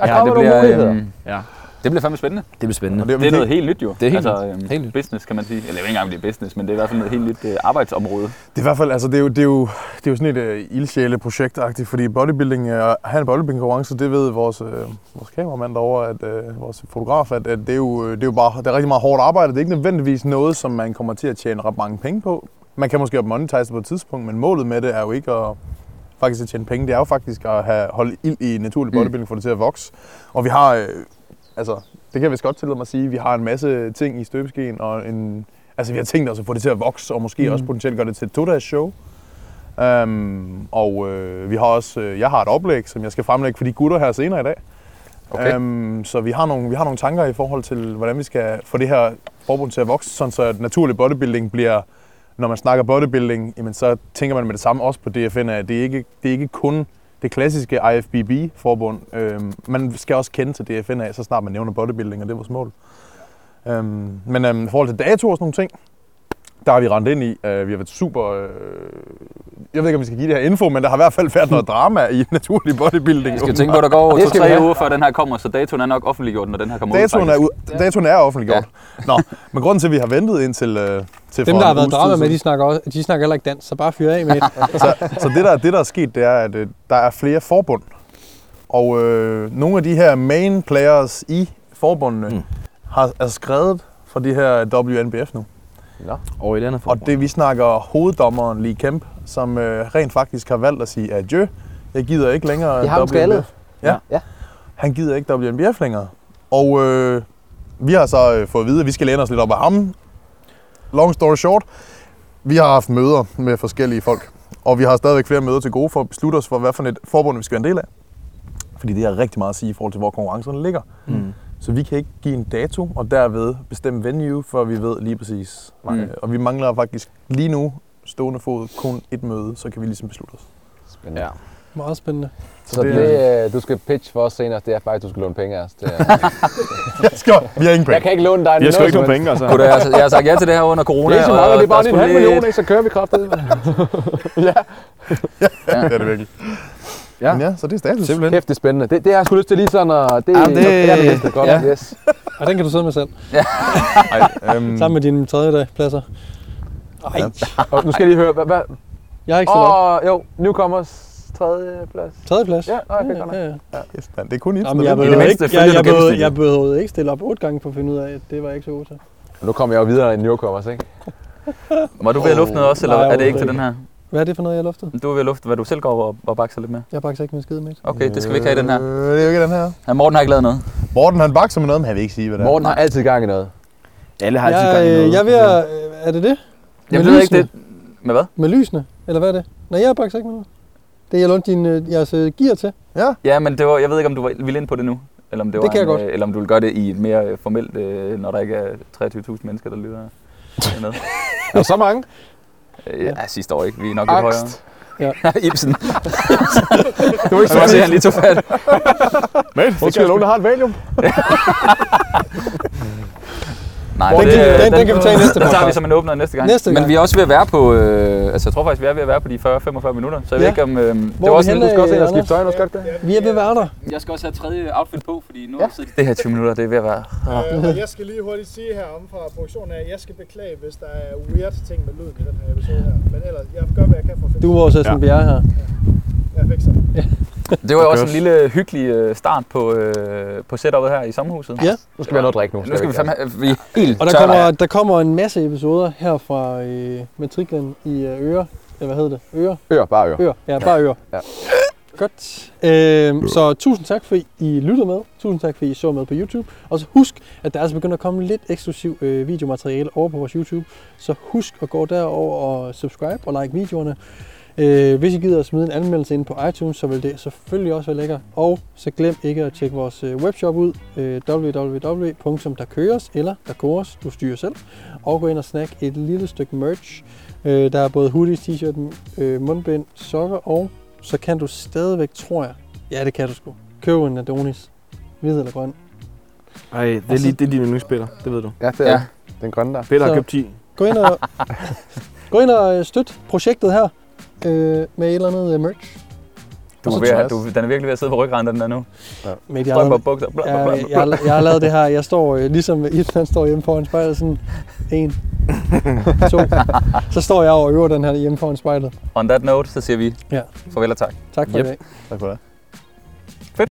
[SPEAKER 3] Der kommer nogle muligheder.
[SPEAKER 2] øhm,
[SPEAKER 5] Ja.
[SPEAKER 2] det bliver fandme spændende.
[SPEAKER 5] Det bliver spændende.
[SPEAKER 2] Det er, det er noget helt nyt jo.
[SPEAKER 5] Det er helt
[SPEAKER 2] altså, øhm,
[SPEAKER 5] Helt nyt.
[SPEAKER 2] business, kan man sige. Eller jeg ved ikke engang, om det er business, men det er i hvert fald noget helt nyt øh, arbejdsområde.
[SPEAKER 4] Det er i hvert fald, altså det er jo, det er jo, det er jo sådan et øh, ildsjæle projekt fordi bodybuilding, øh, at have en bodybuilding konkurrence, det ved vores, øh, vores kameramand derovre, at, øh, vores fotograf, at, at det, er jo, øh, det er jo bare det er rigtig meget hårdt arbejde. Det er ikke nødvendigvis noget, som man kommer til at tjene ret mange penge på. Man kan måske monetize det på et tidspunkt, men målet med det er jo ikke at, faktisk at tjene penge. Det er jo faktisk at have, holde ild i naturlig bodybuilding, mm. få det til at vokse. Og vi har, øh, altså det kan jeg vist godt tillade mig at sige, vi har en masse ting i støbeskeen, og en, altså vi har tænkt os at få det til at vokse, og måske mm. også potentielt gøre det til et to show. Um, og øh, vi har også, øh, jeg har et oplæg, som jeg skal fremlægge for de gutter her senere i dag.
[SPEAKER 2] Okay.
[SPEAKER 4] Um, så vi har, nogle, vi har nogle tanker i forhold til, hvordan vi skal få det her forbund til at vokse, sådan så at naturlig bodybuilding bliver, når man snakker bodybuilding, jamen så tænker man med det samme også på DFN, at det er ikke, det er ikke kun det klassiske IFBB-forbund. Øhm, man skal også kende til DFN af, så snart man nævner bodybuilding, og det er vores mål. Øhm, men øhm, i forhold til dato og sådan nogle ting, der har vi rendt ind i. Øh, vi har været super... Øh, jeg ved ikke, om vi skal give det her info, men der har i hvert fald været noget drama i naturlig bodybuilding.
[SPEAKER 2] Jeg skal jo tænke på, at der går
[SPEAKER 3] Det skal vi
[SPEAKER 2] to-tre
[SPEAKER 3] have.
[SPEAKER 2] uger, før den her kommer, så datoen er nok offentliggjort, når den her kommer
[SPEAKER 4] Datoen
[SPEAKER 2] ud.
[SPEAKER 4] er,
[SPEAKER 2] faktisk.
[SPEAKER 4] ud, datoen er offentliggjort. Ja. Nå, men grunden til, at vi har ventet indtil øh, til
[SPEAKER 1] Dem,
[SPEAKER 4] for
[SPEAKER 1] der har
[SPEAKER 4] en
[SPEAKER 1] været
[SPEAKER 4] uges tid
[SPEAKER 1] drama med,
[SPEAKER 4] siden-
[SPEAKER 1] de snakker, også, de snakker heller ikke dansk, så bare fyr af med et.
[SPEAKER 4] så, så det, der, det, der er sket, det er, at øh, der er flere forbund. Og øh, nogle af de her main players i forbundene mm. har, er skrevet fra de her WNBF nu.
[SPEAKER 5] Og i det andet
[SPEAKER 4] Og det vi snakker hoveddommeren Lee Kemp, som øh, rent faktisk har valgt at sige adjø. Jeg gider ikke længere
[SPEAKER 3] De har ham skaldet.
[SPEAKER 4] Ja.
[SPEAKER 3] Ja.
[SPEAKER 4] ja. Han gider ikke WNBF længere. Og øh, vi har så øh, fået at vide, at vi skal læne os lidt op af ham. Long story short, vi har haft møder med forskellige folk. Og vi har stadigvæk flere møder til gode for at beslutte os for, hvad for et forbund vi skal være en del af. Fordi det har rigtig meget at sige i forhold til, hvor konkurrencerne ligger.
[SPEAKER 5] Mm.
[SPEAKER 4] Så vi kan ikke give en dato og derved bestemme venue, før vi ved lige præcis.
[SPEAKER 2] Mm.
[SPEAKER 4] Mm. Og vi mangler faktisk lige nu stående fod kun et møde, så kan vi ligesom beslutte os.
[SPEAKER 3] Spændende.
[SPEAKER 5] Ja.
[SPEAKER 1] Meget spændende.
[SPEAKER 4] Så
[SPEAKER 3] Så
[SPEAKER 4] det-
[SPEAKER 3] det, øh, du skal pitch for os senere, det er faktisk, du skal låne penge af os. Det er,
[SPEAKER 4] Jeg skal, vi har ingen
[SPEAKER 3] jeg
[SPEAKER 4] penge.
[SPEAKER 3] kan ikke låne dig
[SPEAKER 5] Vi har sgu
[SPEAKER 3] noget
[SPEAKER 5] ikke nogen
[SPEAKER 3] som helst.
[SPEAKER 5] penge, altså.
[SPEAKER 2] Kunne du- jeg har- jeg har sagt ja til det her under corona.
[SPEAKER 3] Det er ikke så meget,
[SPEAKER 2] og
[SPEAKER 3] det er bare
[SPEAKER 2] der
[SPEAKER 3] en
[SPEAKER 2] skulle
[SPEAKER 3] halv
[SPEAKER 2] lidt-
[SPEAKER 3] million, ikke? Så kører vi kraftedet.
[SPEAKER 4] Det er det virkelig.
[SPEAKER 5] Ja.
[SPEAKER 4] Ja. Men ja, så det er status.
[SPEAKER 5] Simpelthen.
[SPEAKER 3] Kæft, det er spændende. Det, det har jeg sgu lyst til lige sådan, og det,
[SPEAKER 5] Jamen, det-
[SPEAKER 3] er det næste godt.
[SPEAKER 5] ja.
[SPEAKER 3] Ja. Yes.
[SPEAKER 1] Og den kan du sidde med selv,
[SPEAKER 4] Øhm,
[SPEAKER 1] sammen med dine tredje pladser. Ej,
[SPEAKER 3] Og nu skal jeg lige høre, hvad... hvad?
[SPEAKER 1] jeg har ikke stillet op.
[SPEAKER 3] Åh, jo, newcomers tredje plads.
[SPEAKER 1] Tredje plads?
[SPEAKER 3] Ja, nej, jeg fik godt nok.
[SPEAKER 1] ja, ja.
[SPEAKER 4] kæft, mand, det er kun et.
[SPEAKER 1] Jamen, jeg
[SPEAKER 2] I det
[SPEAKER 1] behøvede
[SPEAKER 2] mindste
[SPEAKER 1] ikke, jeg,
[SPEAKER 2] følger
[SPEAKER 1] jeg,
[SPEAKER 2] du
[SPEAKER 1] behøvede,
[SPEAKER 2] gennemsnittet.
[SPEAKER 1] jeg behøvede ikke stille op otte gange for at finde ud af, at det var jeg ikke så god til.
[SPEAKER 3] Nu kommer jeg jo videre end newcomers, ikke?
[SPEAKER 2] Var du ved at lufte noget også, eller
[SPEAKER 1] nej,
[SPEAKER 2] er det ikke til den
[SPEAKER 1] overhovedet
[SPEAKER 2] her?
[SPEAKER 1] Hvad er det for noget, jeg luftede?
[SPEAKER 2] Du er ved at lufte, hvad du selv går over og bakser lidt med.
[SPEAKER 1] Jeg har faktisk ikke min skide med.
[SPEAKER 2] Okay, det skal vi ikke have i den her.
[SPEAKER 4] Øh, det er jo ikke den her.
[SPEAKER 2] Ja, Morten har ikke lavet noget.
[SPEAKER 4] Morten han bakser med noget, men han vil ikke sige, hvad det er.
[SPEAKER 3] Morten har altid gang i noget.
[SPEAKER 5] Alle har
[SPEAKER 1] Jeg,
[SPEAKER 5] altid gang i
[SPEAKER 1] øh,
[SPEAKER 5] noget. Altså-
[SPEAKER 1] jeg er ved at, øh, er det det?
[SPEAKER 2] Jeg
[SPEAKER 1] Med
[SPEAKER 2] ved ikke
[SPEAKER 1] lysene?
[SPEAKER 2] det. Med hvad?
[SPEAKER 1] Med lysene? Eller hvad er det? Nej, jeg har faktisk ikke med noget. Det er jeg lånte din, øh, jeres øh, gear til.
[SPEAKER 2] Ja, men det var, jeg ved ikke, om du var- ville ind på det nu. Eller om det,
[SPEAKER 1] Det
[SPEAKER 2] var
[SPEAKER 1] kan
[SPEAKER 2] en,
[SPEAKER 1] jeg godt.
[SPEAKER 2] øh, Eller om du vil gøre det i et mere øh, formelt, øh, når der ikke er 23.000 mennesker, der lytter med.
[SPEAKER 3] Er der så mange?
[SPEAKER 2] Øh, ja, sidste år ikke. Vi er nok lidt højere.
[SPEAKER 3] Angst.
[SPEAKER 1] Ja.
[SPEAKER 2] Ibsen.
[SPEAKER 3] Det var ikke
[SPEAKER 2] Så
[SPEAKER 3] så
[SPEAKER 2] også, at han lige tog fat.
[SPEAKER 4] Men,
[SPEAKER 3] Undskyld, er der nogen, der har et valium?
[SPEAKER 2] Nej,
[SPEAKER 1] Den kan vi- den- den kan vi tage i næste
[SPEAKER 2] Den tager vi
[SPEAKER 1] podcast.
[SPEAKER 2] som en åbner næste gang.
[SPEAKER 1] Næste
[SPEAKER 2] Men
[SPEAKER 1] gang.
[SPEAKER 2] vi er også ved at være på, øh, altså jeg tror faktisk, vi er ved at være på de 40-45 minutter. Så jeg ja.
[SPEAKER 1] Ja.
[SPEAKER 2] ved ikke om... Øh,
[SPEAKER 1] Hvor
[SPEAKER 2] det var
[SPEAKER 1] er vi
[SPEAKER 2] også
[SPEAKER 1] henne?
[SPEAKER 3] Du skal også ind og
[SPEAKER 1] Øh,
[SPEAKER 3] skifte tøj, nu skal du det?
[SPEAKER 1] Vi er ved værter.
[SPEAKER 2] Jeg skal også have tredje outfit på, fordi nu ja. det her 20 minutter, det er ved at være...
[SPEAKER 6] Øh, og jeg skal lige hurtigt sige heromme fra produktionen af, at jeg skal beklage, hvis der er weird ting med lyden i den her episode her. Men ellers, jeg gør, hvad jeg kan for
[SPEAKER 1] Du
[SPEAKER 6] at fikse
[SPEAKER 1] er
[SPEAKER 6] det.
[SPEAKER 1] vores Esben Bjerre her.
[SPEAKER 6] Jeg fikser det.
[SPEAKER 2] Det var jo også en lille hyggelig øh, start på, øh, på setupet her i sommerhuset.
[SPEAKER 1] Ja.
[SPEAKER 3] Nu skal vi have noget at drikke nu.
[SPEAKER 2] Nu skal vi fandme... have- Vi er helt
[SPEAKER 1] Og der
[SPEAKER 2] tørre
[SPEAKER 1] kommer,
[SPEAKER 2] af-
[SPEAKER 1] der kommer en masse episoder her fra øh, matriklen i øh, Øre. Eller hvad hedder det? Øre?
[SPEAKER 3] Ør, bare ør.
[SPEAKER 1] Ør. Ja, bare Øre.
[SPEAKER 3] Ja.
[SPEAKER 1] Godt. Øhm, så tusind tak, fordi I lyttede med. Tusind tak, fordi I så med på YouTube. Og så husk, at der er altså begyndt at komme lidt eksklusiv øh, videomateriale over på vores YouTube. Så husk at gå derover og subscribe og like videoerne. Øh, hvis I gider at smide en anmeldelse ind på iTunes, så vil det selvfølgelig også være lækker. Og så glem ikke at tjekke vores øh, webshop ud, øh, www.derkøres eller derkores, du styrer selv. Og gå ind og snak et lille stykke merch. Øh, der er både hoodies, t-shirt, øh, mundbind, sokker, og så kan du stadigvæk, tror jeg, ja det kan du sgu, købe en Adonis, hvid eller grøn.
[SPEAKER 5] Ej, det er, lige, det er din yndlingsspiller, det ved du.
[SPEAKER 3] Ja, det er
[SPEAKER 2] Ja.
[SPEAKER 3] ja. den grønne der.
[SPEAKER 5] Peter har
[SPEAKER 1] Så-
[SPEAKER 5] købt 10.
[SPEAKER 1] Gå ind og, gå ind og øh, støt projektet her øh, med et eller andet øh, merch.
[SPEAKER 2] Du, er ved, at- du, den er virkelig ved at sidde på ryggen, den der nu.
[SPEAKER 1] Med de
[SPEAKER 2] Blop,
[SPEAKER 1] andre,
[SPEAKER 2] blop, bukser, blop, blop,
[SPEAKER 1] jeg,
[SPEAKER 2] blop.
[SPEAKER 1] jeg, har- jeg har lavet det her. Jeg står øh, ligesom Island står hjemme foran spejlet sådan en, to. Så står jeg og øver den her hjemme foran spejlet.
[SPEAKER 2] On that note, så siger vi
[SPEAKER 1] Ja.
[SPEAKER 2] farvel og tak.
[SPEAKER 1] Tak for
[SPEAKER 5] Yep.
[SPEAKER 1] i dag.
[SPEAKER 4] Tak for det.